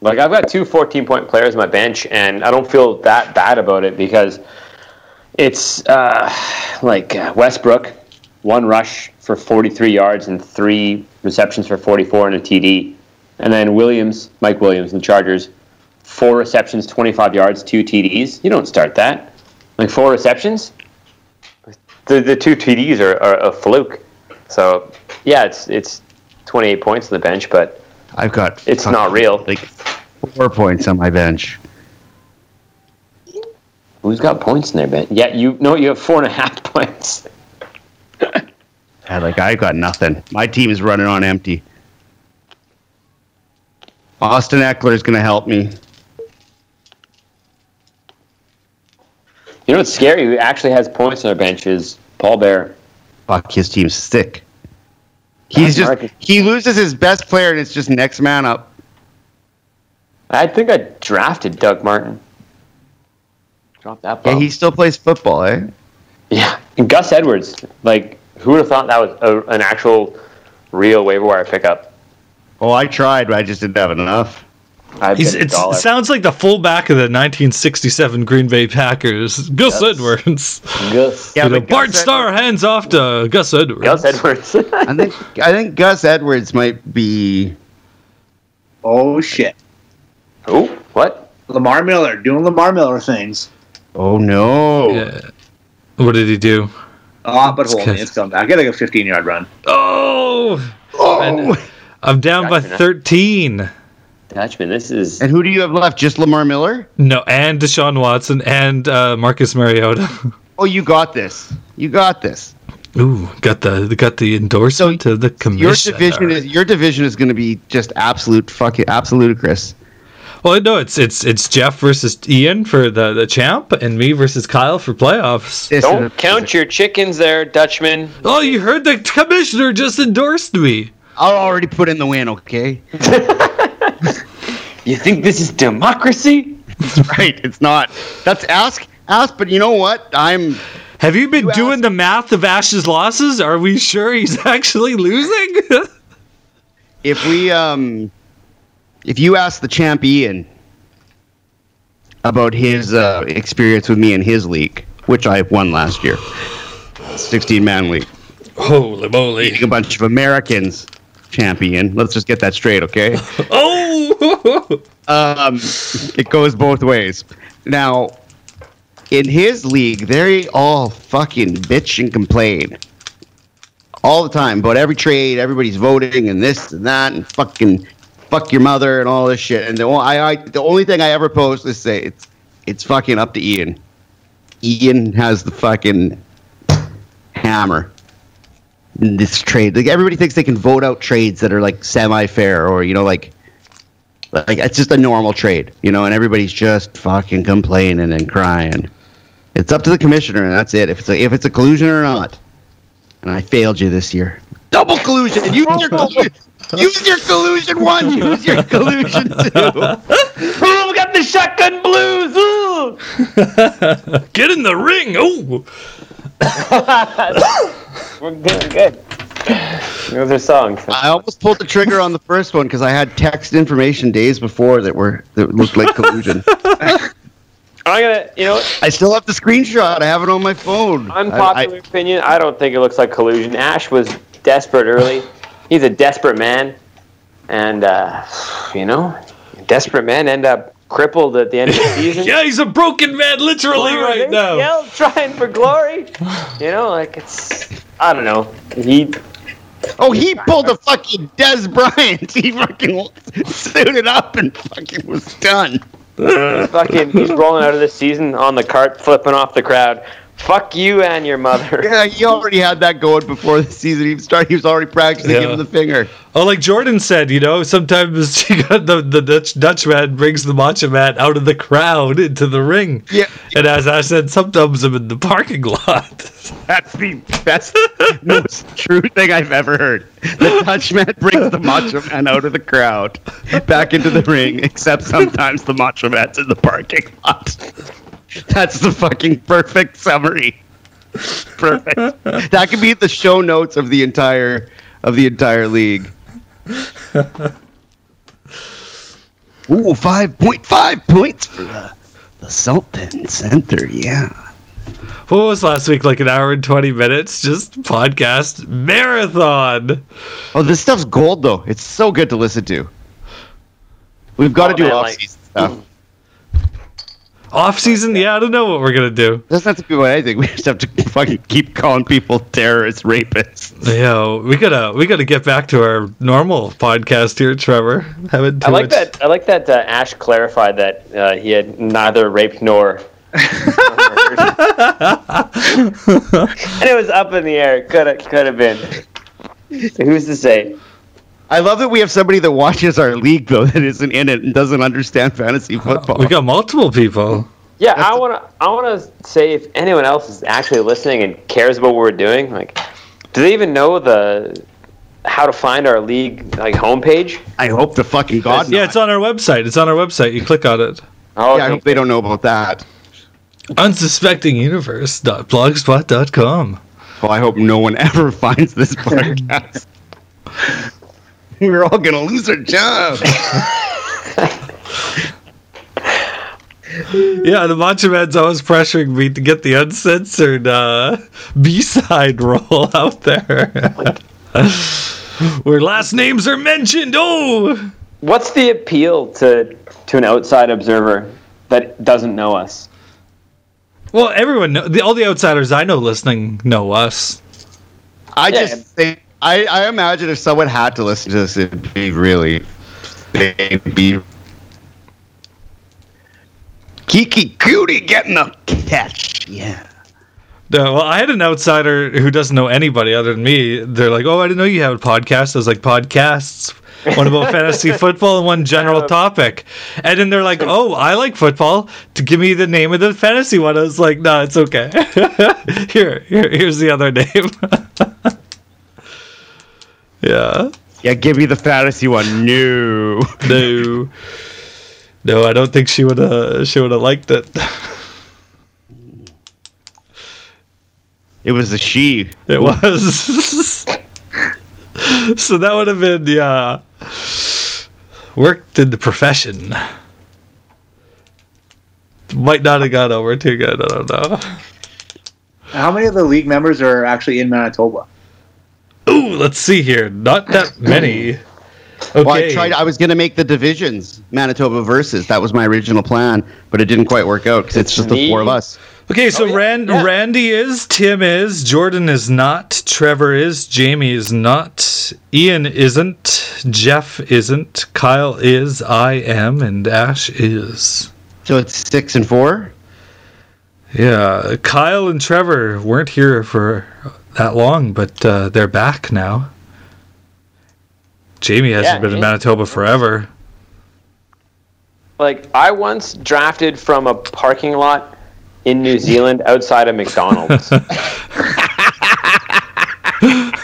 Like I've got two 14 point players on my bench, and I don't feel that bad about it because it's uh, like uh, Westbrook, one rush for 43 yards and three receptions for 44 and a TD, and then Williams, Mike Williams, and the Chargers, four receptions, 25 yards, two TDs. You don't start that. Like four receptions, the the two TDs are, are a fluke. So yeah, it's it's 28 points on the bench, but
I've got.
it's
fuck,
not real.
Like four points on my bench.
Who's got points in there, Ben? Yeah, you no, you have four and a half points.
I, like I got nothing. My team is running on empty. Austin Eckler is going to help me.
You know what's scary? Who actually has points on their bench is Paul Bear.
Fuck, his team's sick. He's just
Marcus.
he loses his best player and it's just next man up.
I think I drafted Doug Martin. Drop that
Yeah,
ball.
he still plays football, eh?
Yeah, and Gus Edwards. Like, who would have thought that was a, an actual real waiver wire pickup?
Oh, I tried, but I just didn't have enough.
I
He's,
bet a
it's, it
dollar.
sounds like the fullback of the 1967 Green Bay Packers, Gus Edwards.
Gus.
Yeah,
You know,
but
Bart
Gus Ed-
Starr hands off to Gus Edwards.
Gus Edwards.
I think I think Gus Edwards might be.
oh shit,
oh, what?
Lamar Miller doing Lamar Miller things.
Oh no!
Yeah. What did he do?
Ah, but hold me,
good.
it's coming back. I got like a 15 yard run.
Oh,
Oh!
I'm down by
Gotcha.
13.
Dutchman, this is.
And who do you have left? Just Lamar Miller?
No, and Deshaun Watson and uh, Marcus Mariota.
Oh, you got this. You got this.
Ooh, got the got the endorsement to the commission.
Your division is your division is going to be just absolute fucking absolute, Chris.
Well, no, it's it's it's Jeff versus Ian for the the champ, and me versus Kyle for playoffs.
This is
Don't
a-
count your chickens there, Dutchman.
Oh, you heard the commissioner just endorsed me.
I'll already put in the win. Okay.
You think this is democracy?
right. It's not. That's ask ask. But you know what? I'm.
Have you been
You
doing
asked-
the math of Ash's losses? Are we sure he's actually losing?
If we um, if you ask the champ Ian about his uh, experience with me in his league, which I won last year, sixteen man league.
Holy moly!
a bunch of Americans champion. Let's just get that straight, okay?
Oh,
Um, it goes both ways. Now, in his league, they all fucking bitch and complain all the time about every trade. Everybody's voting and this and that and fucking fuck your mother and all this shit. And the, o- I, I, the only thing I ever post is say it's it's fucking up to Ian. Ian has the fucking hammer in this trade. Like everybody thinks they can vote out trades that are like semi fair or you know like like it's just a normal trade, you know, and everybody's just fucking complaining and crying. It's up to the commissioner, and that's it. If it's a, if it's a collusion or not, and I failed you this year. Double collusion. Use your collusion. Use your collusion one. Use your collusion two.
Oh, we got the shotgun blues. Ooh.
get in the ring! Oh,
We're good. We're good. Those are songs.
I almost pulled the trigger on the first one because I had text information days before that were that looked like collusion.
I'm gonna, you know,
I still have the screenshot. I have it on my phone. I- I-
unpopular opinion. I don't think it looks like collusion. Ash was desperate early. He's a desperate man, and uh, you know, desperate men end up crippled at the end of the season.
yeah, he's a broken man, literally right now.
Yell, trying for glory. You know, like it's. I don't know. He.
Oh, he pulled a fucking Des Bryant. He fucking suited up and fucking was done.
fucking he's rolling out of this season on the cart, flipping off the crowd. Fuck you and your mother.
Yeah, he already had that going before the season even started. He was already practicing
Yeah.
giving the finger.
Oh, like Jordan said, you know, sometimes you got the, the Dutch Dutchman brings the matcha man out of the crowd into the ring.
Yeah.
And as I said, sometimes I'm in the parking lot.
That's the best, most true thing I've ever heard. The Dutchman brings the Macho Man out of the crowd, back into the ring, except sometimes the Macho Man's in the parking lot. That's the fucking perfect summary. Perfect. That could be the show notes of the entire of the entire league.
Ooh, 5.5 points for the, the Sultan Center, yeah.
what was last week? Like an hour and 20 minutes? Just podcast marathon.
Oh, this stuff's gold though. It's so good to listen to. We've got to
Oh,
do
man,
off
like- mm.
season stuff.
Off season? Yeah, I don't know what we're going to do.
That's not to be what I think. We just have to fucking keep calling people terrorists, rapists.
You know, we gotta we gotta get back to our normal podcast here, Trevor. Haven't too
I like
much-
that. I like that uh, Ash clarified that uh, he had neither raped nor. nor murdered. and it was up in the air. Could have, could have been. So who's to say?
I love that we have somebody that watches our league though that isn't in it and doesn't understand fantasy football.
Oh, We got multiple people.
Yeah, I want to. I want to say if anyone else is actually listening and cares about what we're doing, like, do they even know the how to find our league like homepage?
I hope the fucking god.
Yeah, it's on our website. It's on our website. You click on it.
Oh,
yeah, I hope they don't know about that.
unsuspectinguniverse.blogspot.com.
Well, I hope no one ever finds this podcast. We're all gonna lose our jobs.
Yeah, the Macho Man's always pressuring me to get the uncensored uh, B-side roll out there. Where last names are mentioned. Oh,
What's the appeal to to an outside observer that doesn't know us?
well, everyone, know, the, all the outsiders I know listening know us.
I
Yeah.
just think I, I imagine if someone had to listen to this, it'd be really they'd be Kiki Cootie getting a catch.
Yeah.
No, well, I had an outsider who doesn't know anybody other than me. They're like, "Oh, I didn't know you had a podcast." I was like, "Podcasts." One about fantasy football and one general topic, and then they're like, "Oh, I like football." To give me the name of the fantasy one, I was like, "No, it's okay. here, here, here's the other name." yeah,
Yeah, give me the fantasy one. No.
no, no, I don't think she would have. She would have liked it.
It was a she.
It was. so that would have been yeah. Worked in the profession. Might not have got over too good. I don't know.
How many of the league members are actually in Manitoba?
Ooh, let's see here. Not that many. Okay.
Well, I tried I was gonna make the divisions, Manitoba versus. That was my original plan, but it didn't quite work out because it's just the four of us.
okay,
Oh,
so Rand, Randy is, Tim is, Jordan is not, Trevor is, Jamie is not, Ian isn't, Jeff isn't, Kyle is, I am, and Ash is.
So it's six and four?
Yeah, Kyle and Trevor weren't here for that long, but uh, they're back now. Jamie hasn't
Yeah,
been in
Jamie-
Manitoba forever.
Like I once drafted from a parking lot in New Zealand outside of McDonald's.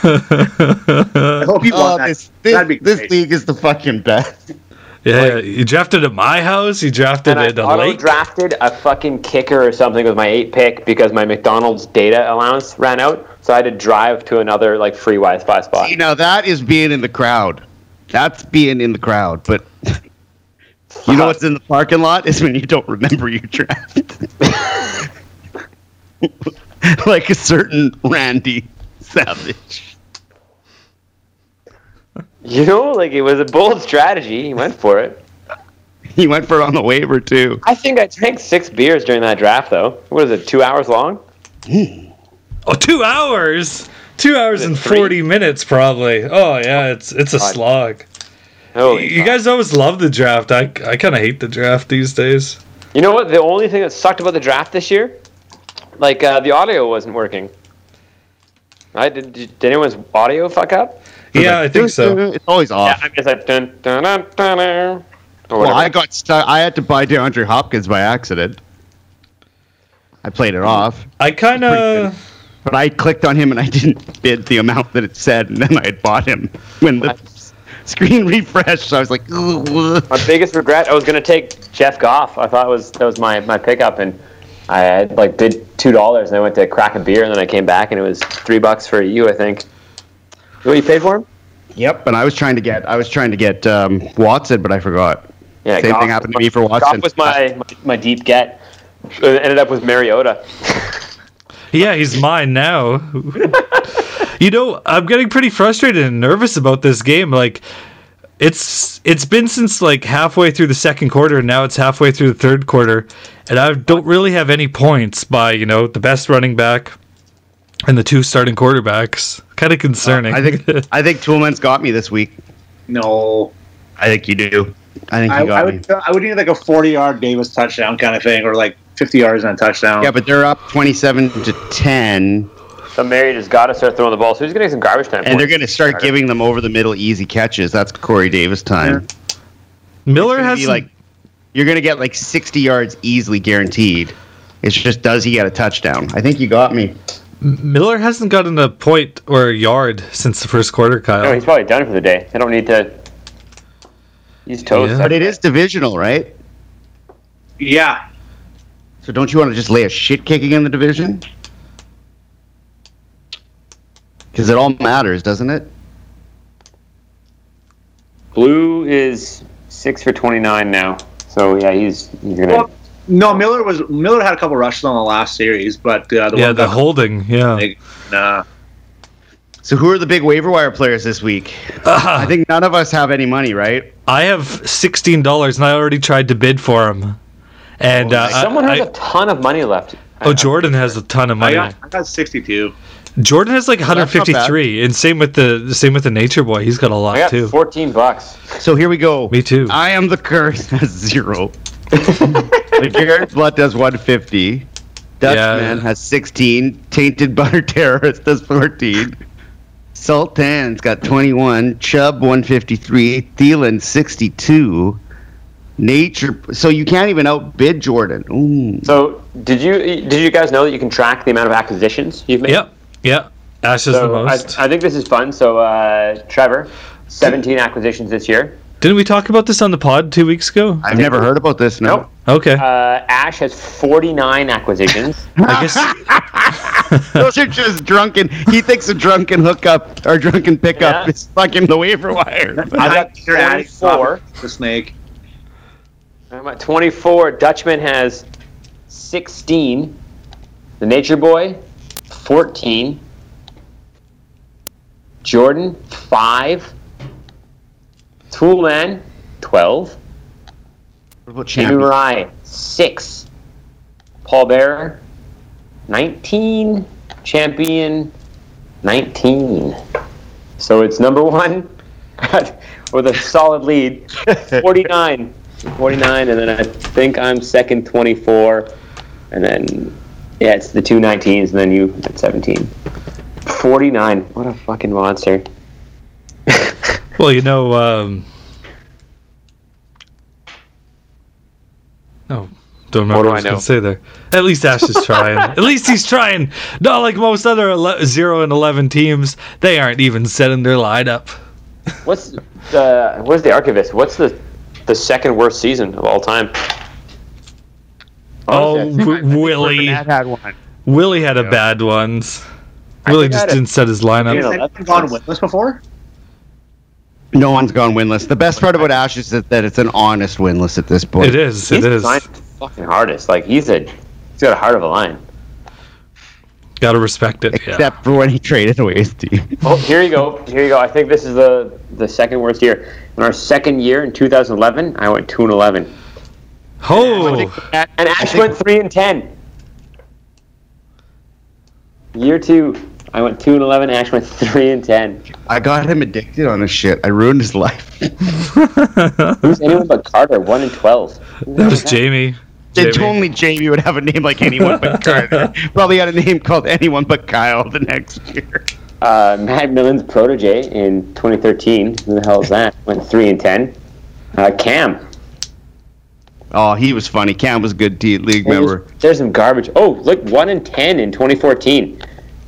I hope you
Oh,
want that.
this this,
That'd be
this
great.
league is the fucking best.
Yeah, you drafted at my house. You drafted
and I
at a
auto
lake.
drafted a fucking kicker or something with my eight pick because my McDonald's data allowance ran out, so I had to drive to another like free Wi-Fi spot.
You know, that is being in the crowd. That's being in the crowd. But you
Uh-huh.
know what's in the parking lot is when you don't remember your draft. like a certain Randy Savage.
You know, like it was a bold strategy. He went for it.
He went for it on the waiver too.
I think I drank six beers during that draft, though. What is it? Two hours long?
Oh, two hours, two hours
it
and
three?
forty minutes probably. Oh yeah, it's it's a
God.
slog.
Holy
You
fuck.
guys always love the draft. I I kind of hate the draft these days.
You know what? The only thing that sucked about the draft this year Like uh, the audio wasn't working. I did, did. anyone's audio fuck up?
Yeah, I think so.
It's always off.
Yeah, I mean, it's like dun dun dun dun. dun or
Well,
whatever.
I got stuck. I had to buy DeAndre Hopkins by accident. I played
Mm-hmm.
it off,
I kind of.
but I clicked on him and I didn't bid the amount that it said, and then I had bought him when the screen refreshed. So I was like, "Ooh, woo."
My biggest regret, I was gonna take Jeff Goff. I thought it was that was my my pickup, and I had like did two dollars, and I went to crack a beer, and then I came back, and it was three bucks for you, I think. What you paid for him?
"Yep." And I was trying to get, I was trying to get um, Watson, but I forgot.
Yeah,
Same thing happened to me for Watson.
Goff was my, my my deep get. It ended up with Mariota.
Yeah, he's mine now. you know, I'm getting pretty frustrated and nervous about this game. Like, it's it's been since like halfway through the second quarter, and now it's halfway through the third quarter, and I don't really have any points by you know the best running back and the two starting quarterbacks. Kind of concerning.
I think, I think Toolman's got me this week.
No.
I think you do. I think
I,
you got
I
me.
would, I would need like a 40 yard Davis touchdown kind of thing, or like 50 yards and a touchdown.
Yeah, but they're up twenty-seven to ten,
So Mariota's got to start throwing the ball. So he's gonna get some garbage time.
and they're
points.
going to start giving them over the middle easy catches. That's Corey Davis time.
Miller
gonna
has
be like you're gonna get like 60 yards easily guaranteed it's just does he get a touchdown i think you got me
Miller hasn't gotten a point or a yard since the first quarter, Kyle.
No, he's probably done for the day. I don't need to. He's toast.
Yeah.
but it is divisional right
yeah.
so don't you want to just lay a shit kicking in the division because it all matters doesn't it
Blue is six for twenty nine now. So yeah, he's he's gonna.
Well, no, Miller was Miller had a couple rushes on the last series, but uh, the
yeah,
one
the
got-
holding. Yeah.
nah.
so who are the big waiver wire players this week
Ah.
i think none of us have any money right
I have sixteen dollars, and I already tried to bid for him. And uh, I-
Someone has
I-
a ton of money left.
oh, Jordan has a ton of
I
money.
got, I got 62.
Jordan has like
that's not bad.
153, and same with the same with the Nature Boy. He's got a lot
I got
too.
fourteen bucks.
so here we go
Me too.
i am the curse has zero Like Garrett Blunt does 150. Dutchman
Yeah.
has 16. Tainted Butter Terrorist does 14. Sultan's got 21. Chubb 153. Thielen 62. Nature. So you can't even outbid Jordan. Ooh.
So did you did you guys know that you can track the amount of acquisitions you've made?
Yep, yep. Ash is the
So I,
most.
I think this is fun. So uh, Trevor, seventeen acquisitions this year.
Didn't we talk about this on the pod two weeks ago?
I've never heard about this. No.
Nope.
Okay.
Uh, Ash has forty nine acquisitions.
I guess
Those are just drunken. He thinks a drunken hookup or drunken pickup
Yeah.
is fucking the waiver wire.
I got
got
you're adding
24.
The snake.
I'm at twenty four. Dutchman has sixteen. The Nature Boy, fourteen. Jordan, five. Toolman, twelve.
What about
Jimmy
champion?
Rye, six. Paul Bearer, 19. Champion, 19. So it's number one with a solid lead, 49. 49, and then I think I'm second, 24. And then, yeah, it's the two 19s, and then you at 17. 49. What a fucking monster.
well, you know. Um, no, don't remember what,
do
I
I
was going
know?
to say there. At least Ash is tryine. At least he's trying. Not like most other ele- zero and eleven teams. They aren't even setting their lineup.
What's the, where's the archivist? What's the, the second worst season of all time?
Oh, w- Willie.
Burnett had one.
Willie had a bad one. Willie
think I
just
had a-
didn't set his
You
Has
know,
lineup.
anyone
that-
gone winless before?
No one's gone winless. The best part about Ash is that, that it's an honest winless at this point.
It is. It is.
designed the fucking hardest. Like he's a he's got a heart of a lion.
Gotta respect it.
Except
Yeah.
for when he traded away his team.
Oh, here you go. Here you go. I think this is the the second worst year. In our second year in 2011, I went two and 11,
Oh,
and Ash went three and 10. Year two, I went two and 11. Ash went three and 10.
I got him addicted on his shit. I ruined his life.
Who's anyone but Carter? One and 12.
that was Jamie.
They
Jamie.
told me Jamie would have a name like anyone but Carter. Probably had a name called anyone but Kyle the next year.
Uh, Matt Millen's protege in 2013. Who the hell is that? Went three and ten. Uh, Cam.
Oh, he was funny. Cam was a good D league member.
There's some garbage. Oh, look, one and ten in 2014.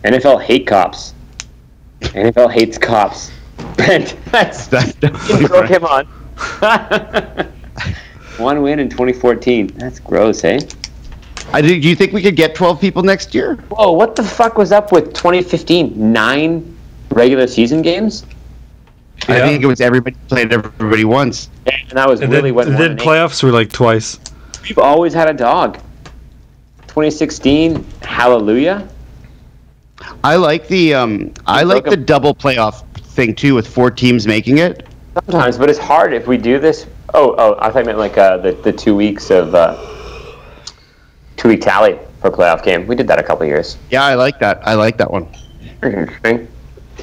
NFL hate cops. NFL hates cops. Brent, that's
That's
you
definitely
broke
right.
him on. one win in 2014. That's gross, eh?
I do, do you think we could get 12 people next year?
Whoa, what the fuck was up with 2015? Nine regular season games?
I
Yeah.
think it was everybody played everybody once.
Yeah, and that was
And
really
then,
what
and
won eh?
then
an eight.
playoffs were like twice.
We've always had a dog. 2016, hallelujah.
I like the um, I like the double playoff thing too with four teams making it.
Sometimes, but it's hard if we do this. Oh, oh, I thought I meant like uh, the, the two weeks of uh, two week tally for playoff game. We did that a couple years.
Yeah, I like that. I like that one.
Pretty interesting.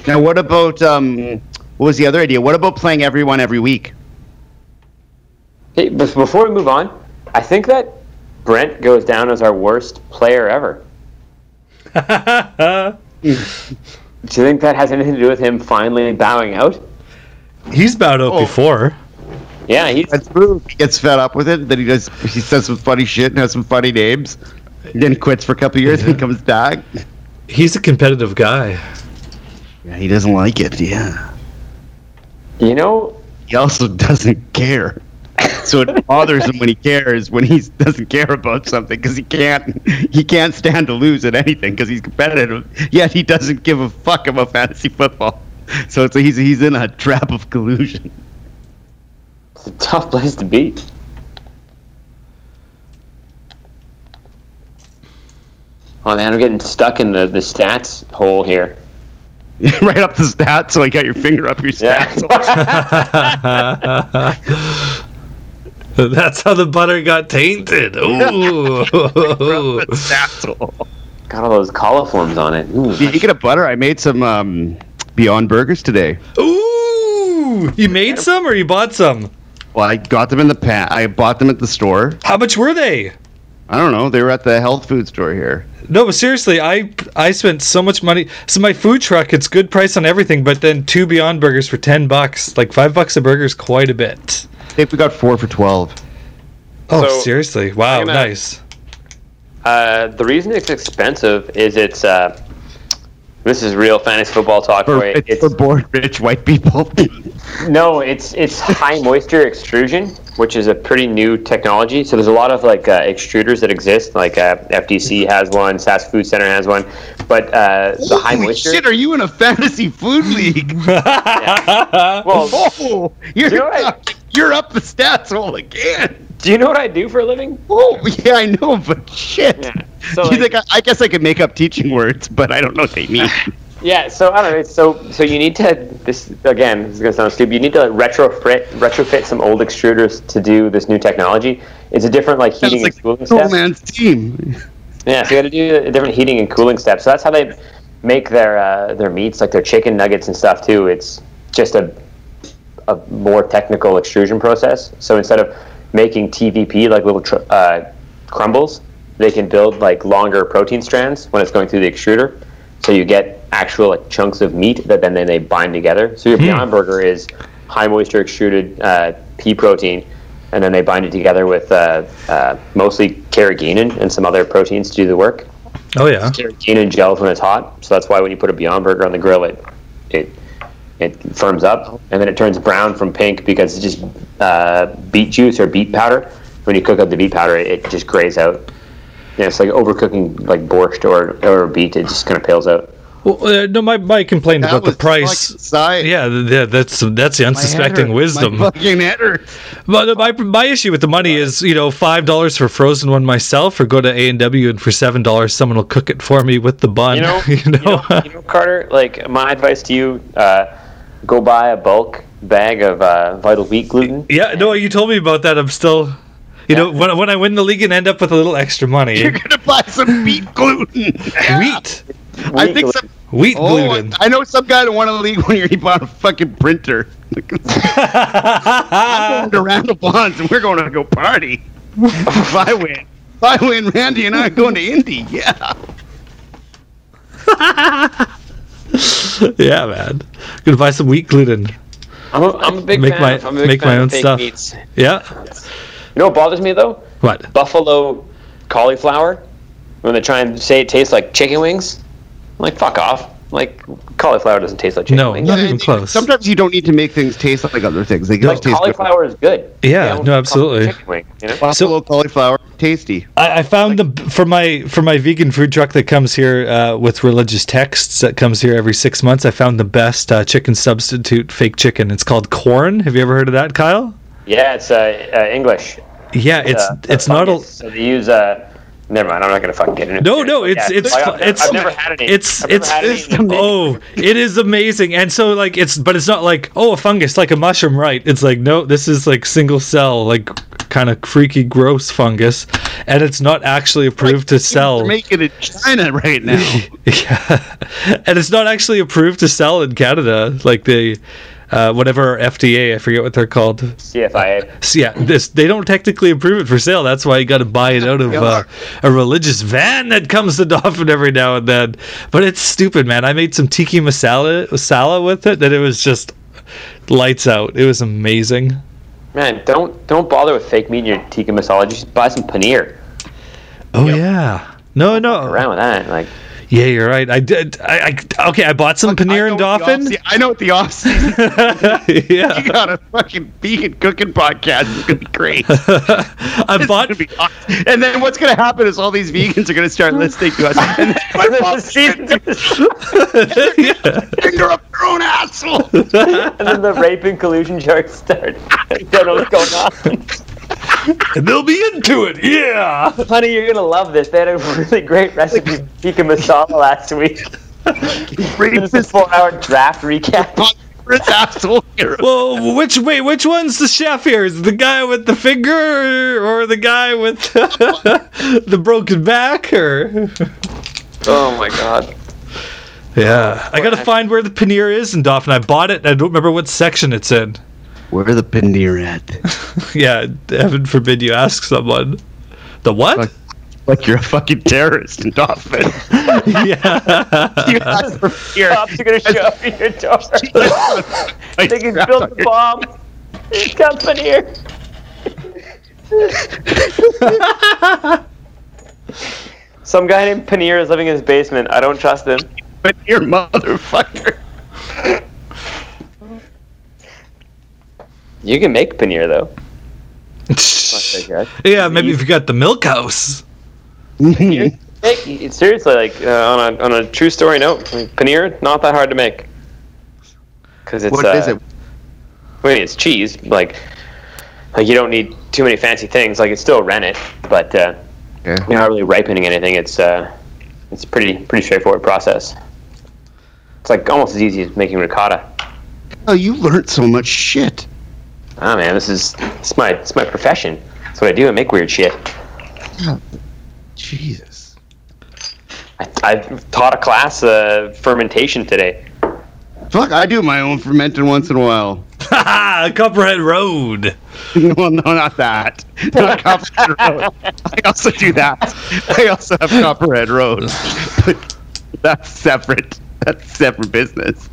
Now, what about um, what was the other idea? What about playing everyone every week?
Hey, bef- before we move on, I think that Brent goes down as our worst player ever. Do you think that has anything to do with him finally bowing out?
He's bowed out before.
Yeah, he's
That's true. He gets fed up with it. Then he does. He says some funny shit and has some funny names. Then quits for a couple years and comes back.
He's a competitive guy.
Yeah, he doesn't like it. Yeah,
you know
he also doesn't care. So it bothers him when he cares when he doesn't care about something because he can't he can't stand to lose at anything because he's competitive. Yet he doesn't give a fuck about fantasy football. So it's he's he's in a trap of collusion.
it's a tough place to be. Oh man, I'm getting stuck in the, the stats hole here.
right up the stats. So I got your finger up your stats.
That's how the butter got tainted. Ooh.
Asshole.
Got all those coliforms on it. Ooh.
Speaking of butter, I made some um, Beyond Burgers today.
Ooh. You made some or you bought some?
Well, I got them in the pan. I bought them at the store.
How much were they?
I don't know. They were at the health food store here.
No, but seriously, I I spent so much money. So my food truck, it's good price on everything, but then two Beyond Burgers for ten bucks. Like five bucks a burger is quite a bit.
I think we got four for twelve.
Oh,
So,
seriously! Wow,
I'm gonna-
nice.
Uh, the reason it's expensive is it's. Uh, this is real fantasy football talk.
For,
where
it's for bored rich white people.
No, it's it's high moisture extrusion, which is a pretty new technology. So there's a lot of like uh, extruders that exist. Like uh, FDC has one, SAS Food Center has one, but uh, the high
Holy
moisture.
shit! Are you in a fantasy food league?
well,
Oh, you're
Do it.
up, you're up the stats all again.
do you know what I do for a living?
Oh yeah, I know, but shit.
Yeah. So
you
like-
think I, I guess I could make up teaching words, but I don't know what they mean.
Yeah, so I don't know. it's So so you need to this again. This is gonna sound stupid. You need to like, retrofit retrofit some old extruders to do this new technology. It's a different like
Sounds
heating
like
and cooling
Cool
step.
Man's team.
Yeah, so you got to do a different heating and cooling steps. So that's how they make their uh, their meats, like their chicken nuggets and stuff too. It's just a a more technical extrusion process. So instead of making TVP like little tr- uh, crumbles, they can build like longer protein strands when it's going through the extruder. So you get actual like chunks of meat that then, then they bind together. So your Beyond Burger is high moisture extruded uh, pea protein, and then they bind it together with uh, uh, mostly carrageenan and some other proteins to do the work.
oh yeah.
Carrageenan gels when it's hot, so that's why when you put a Beyond Burger on the grill, it it it firms up, and then it turns brown from pink because it's just uh, beet juice or beet powder. When you cook up the beet powder, it, it just grays out. Yeah, it's like overcooking like borscht or or beet. It just kind of pales out.
Well, uh, no, my my complaint about the price.
Side.
yeah, th- th- that's that's the unsuspecting wisdom.
My fucking head hurts.
But my my issue with the money is, you know, five dollars for frozen one myself, or go to A and W, and for seven dollars, someone will cook it for me with the bun.
You know, you know, you know, Carter. Like my advice to you, uh, go buy a bulk bag of uh, vital wheat gluten.
yeah, no, you told me about that. I'm still, you know, when when I win the league and end up with a little extra money,
You're gonna buy some wheat gluten.
wheat,
I think some.
wheat
Oh,
gluten.
I know some guy that won a league one year. He bought a fucking printer. I'm going to Randall Bonds and we're going to go party. if I win, if I win, Randy and I are going to Indy. Yeah.
yeah, man. Gonna buy some wheat gluten.
I'm a, I'm a big
Make
fan.
my-
of- I'm a big
make
fan
my
of
own
fake
stuff.
meats. You
Yeah.
know what bothers me though?
What?
Buffalo cauliflower. When they try and say it tastes like chicken wings, I'm like fuck off. Like cauliflower doesn't taste like chicken
No,
wings.
not even close.
Sometimes you don't need to make things taste like other things. They can
like
just taste good.
cauliflower is good.
Yeah,
You don't
no,
call it
absolutely.
Chicken wing, you know?
Buffalo cauliflower, tasty.
I, I found the for my for my vegan food truck that comes here uh, with religious texts that comes here every six months. I found the best uh, chicken substitute fake chicken. It's called corn. Have you ever heard of that, Kyle?
Yeah, it's uh, uh, English.
Yeah, it's
uh,
it's not a
fungus. So they use uh, never mind. I'm not gonna fucking get into.
No,
it.
no,
But
it's- it's
I've
fu-
never-
it's-
I've never had any.
it's
I've never
it's,
had any.
it's oh it is amazing and so like it's but it's not like oh a fungus like a mushroom right it's like no this is like single cell like kind of freaky gross fungus and it's not actually approved to sell
They're making it in China right now.
yeah. and it's not actually approved to sell in Canada. Like the uh, whatever FDA, I forget what they're called.
CFIA.
So yeah, this they don't technically approve it for sale. That's why you got to buy it out of uh, a religious van that comes to Dauphin every now and then. But it's stupid, man. I made some tiki masala masala with it that it was just lights out. It was amazing.
Man, don't don't bother with fake meat in your tikka masala. Just buy some paneer.
Oh yeah. No, no.
Around with that, like
Yeah, you're right. I did. I, I okay. I bought some paneer
I know
and
what the
Dauphin.
off-sea- I know what the off season.
yeah.
you got a fucking vegan cooking podcast. It's gonna be great.
I
It's
bought
gonna be awesome. And then what's gonna happen is all these vegans are gonna start listening to us. And then my mom's
yeah.
finger up their own asshole.
and then the rape and collusion jokes start. You don't know what's going on.
And they'll be into it. Yeah.
Honey, you're gonna love this. They had a really great recipe for tikka masala last week. It's a four-hour draft recap.
Oh It's asshole.
Well, which wait, which one's the chef here? Is it the guy with the finger or the guy with the broken back or
Oh my god.
Yeah. I got to find where the paneer is in Dauphin. I bought it. I don't remember what section it's in.
Where the paneer at?
Yeah, heaven forbid you ask someone. The what?
Fuck. Like you're a fucking terrorist in Dauphin. you
yeah.
asked for
Cops are gonna show up at your door. They can build the bomb. It's got paneer. Some guy named Paneer is living in his basement. I don't trust him.
paneer, motherfucker.
You can make paneer though.
yeah, maybe if you got the milk house.
Hmm.
Make, seriously, like uh, on a on a true story note, like, paneer not that hard to make. Cause it's
What
uh,
is it?
I mean, it's cheese. Like, like you don't need too many fancy things. Like it's still rennet, but uh,
Yeah.
you're not really ripening anything. It's uh, it's pretty pretty straightforward process. It's like almost as easy as making ricotta.
Oh, you learned so much shit.
Ah man, this is it's my it's my profession. It's what I do. I make weird shit.
Jesus.
I, I taught a class uh, fermentation today.
Fuck, I do my own fermenting once in a while.
Copperhead Road.
well, no, not that. Not Copperhead Road. I also do that. I also have Copperhead Road. But that's separate. That's separate business.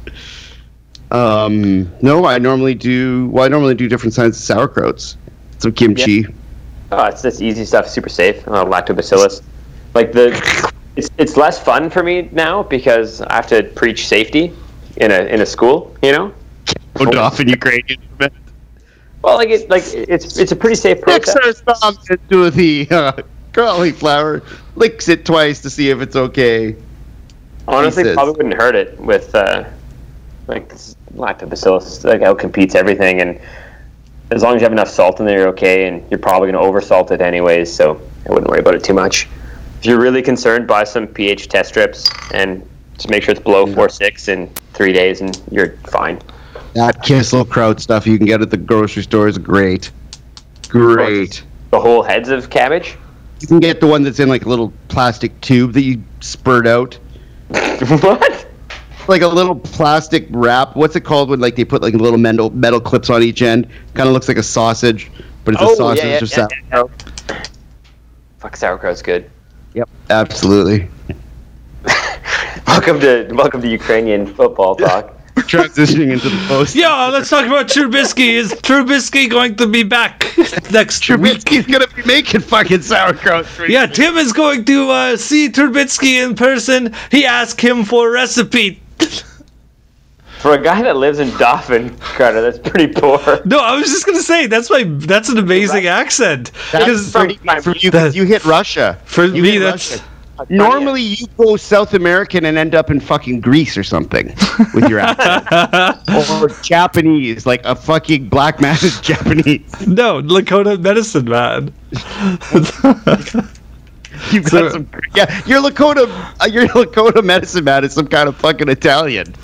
Um, no, I normally do. Well, I normally do different kinds of sauerkrauts, some kimchi.
Oh, it's just easy stuff, super safe. Uh, lactobacillus. Like the, it's, it's less fun for me now because I have to preach safety in a in a school. You know.
Oh, Dauphin Ukrainian.
Well, like it, like it's it's a pretty safe
Sticks
process.
her thumb into the uh, cauliflower, licks it twice to see if it's okay.
Honestly,
Jesus.
probably wouldn't hurt it with uh, like s- lactobacillus. Like out competes everything, and as long as you have enough salt in there, you're okay. And you're probably going to oversalt it anyways, so I wouldn't worry about it too much. If you're really concerned, buy some pH test strips and just make sure it's below four six in three days, and you're fine.
That Kissel Kraut stuff you can get at the grocery store is great. Great.
The whole heads of cabbage.
You can get the one that's in like a little plastic tube that you spurt out.
what?
Like a little plastic wrap. What's it called when like they put like little metal metal clips on each end? Kind of looks like a sausage, but it's a sausage or something.
Oh, yeah. Fuck, sauerkraut's good.
Yep. Absolutely.
Welcome to welcome to Ukrainian football talk.
We're transitioning into the post.
Yeah, let's talk about Trubisky. Is Trubisky going to be back next week?
Trubisky's gonna be making fucking sauerkraut. for you.
Yeah, Tim is going to uh, see Trubisky in person. He asked him for a recipe.
For a guy that lives in Dauphin, Carter, that's pretty poor.
No, I was just gonna say that's my that's an amazing accent.
That's
'Cause
pretty
my-
for you 'cause you hit Russia.
for
You
me,
hit
that's
Russia. Normally, you go South American and end up in fucking Greece or something with your accent, or Japanese, like a fucking black mass Japanese.
no Lakota medicine man.
You've got
So-
some, yeah. Your Lakota, uh, your Lakota medicine man is some kind of fucking Italian.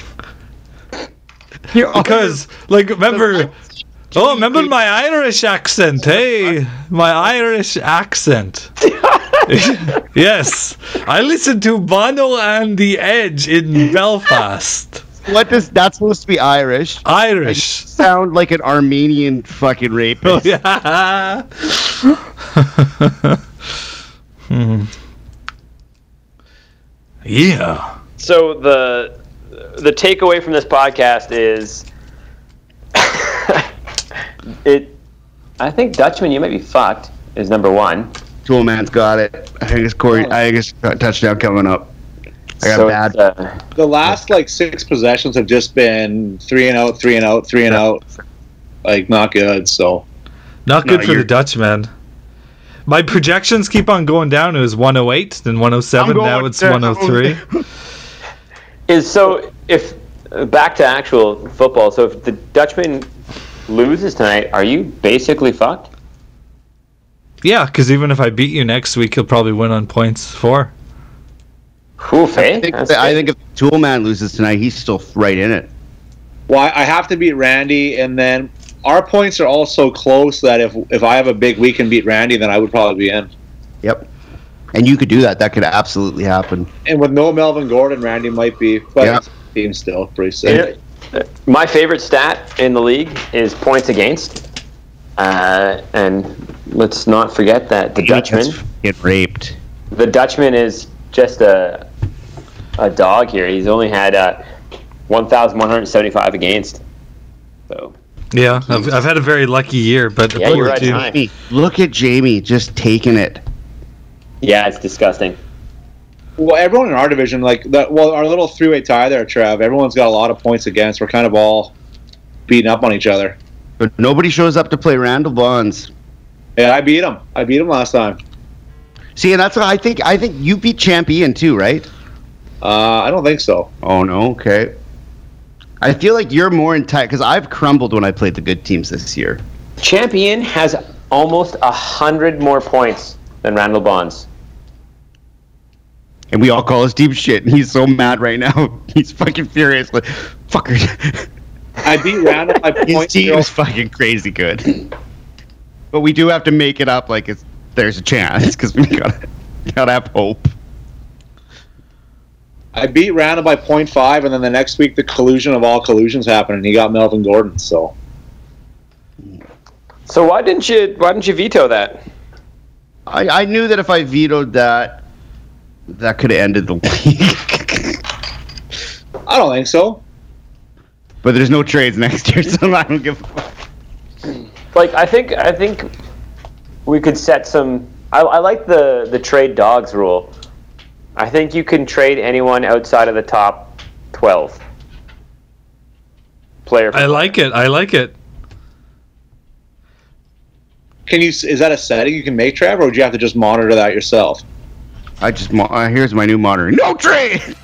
You're
because like remember oh remember my irish accent hey my irish accent yes i listened to bono and the edge in belfast
what does that's supposed to be Irish?
irish
Sound like an Armenian fucking rapist.
yeah Hmm. yeah
So the the takeaway from this podcast is it I think Dutchman, you might be fucked, is number one.
Tool man's got it. I think it's Corey. I think it's got touchdown coming up. I got
so
bad.
it's, uh,
The last like six possessions have just been three and out, three and out, three and out. Like not good. So
Not
No,
good for the
you're-
Dutch, man. My projections keep on going down. It was 108, then 107,
I'm going
now it's
down.
103.
is so if uh, back to actual football, so if the Dutchman loses tonight, are you basically fucked?
yeah, because even if I beat you next week, you'll probably win on points four.
Oof, eh?
I think,
That's
I
good.
think if Tool Man loses tonight, he's still right in it.
well, I, I have to beat Randy, and then our points are all so close that if if I have a big week and beat Randy, then I would probably be in.
Yep. And you could do that. That could absolutely happen.
And with no Melvin Gordon, Randy might be, but
Yeah.
it's team still pretty
You
safe.
know, my favorite stat in the league is points against. Uh, and let's not forget that the Dutchman,
Get raped.
the Dutchman is just a a dog here. He's only had uh, 1,175 against. So
Yeah, I've, I've had a very lucky year, but
Yeah, you're
poor
right,
team.
Tom.
Jamie, look at Jamie just taking it.
yeah, it's disgusting.
Well, everyone in our division, like that. Well, our little three-way tie there, Trav. Everyone's got a lot of points against. We're kind of all beating up on each other.
But nobody shows up to play Randall Bonds.
Yeah, I beat him. I beat him last time.
See, and that's what I think. I think you beat Champion too, right?
Uh, I don't think so.
Oh no, okay. I feel like you're more entitled because I've crumbled when I played the good teams this year.
Champion has almost a hundred more points than Randall Bonds.
And we all call us deep shit, and he's so mad right now. He's fucking furious. Like, fucker,
I beat Randall by
his
point
team
zero.
is fucking crazy good. But we do have to make it up like it's, there's a chance because we gotta, gotta have hope.
I beat Randall by point five, and then the next week the collusion of all collusions happened, and he got Melvin Gordon. So
So why didn't you why didn't you veto that?
I, I knew that if I vetoed that, that could have ended the league.
I don't think so.
but there's no trades next year, so I don't give a fuck.
Like I think I think we could set some. I, I like the the trade dogs rule. I think you can trade anyone outside of the top twelve player.
I like it. I like it.
Can you? Is that a setting you can make, Trav, or would you have to just monitor that yourself?
I just mo- uh, here's my new monitor. No trade.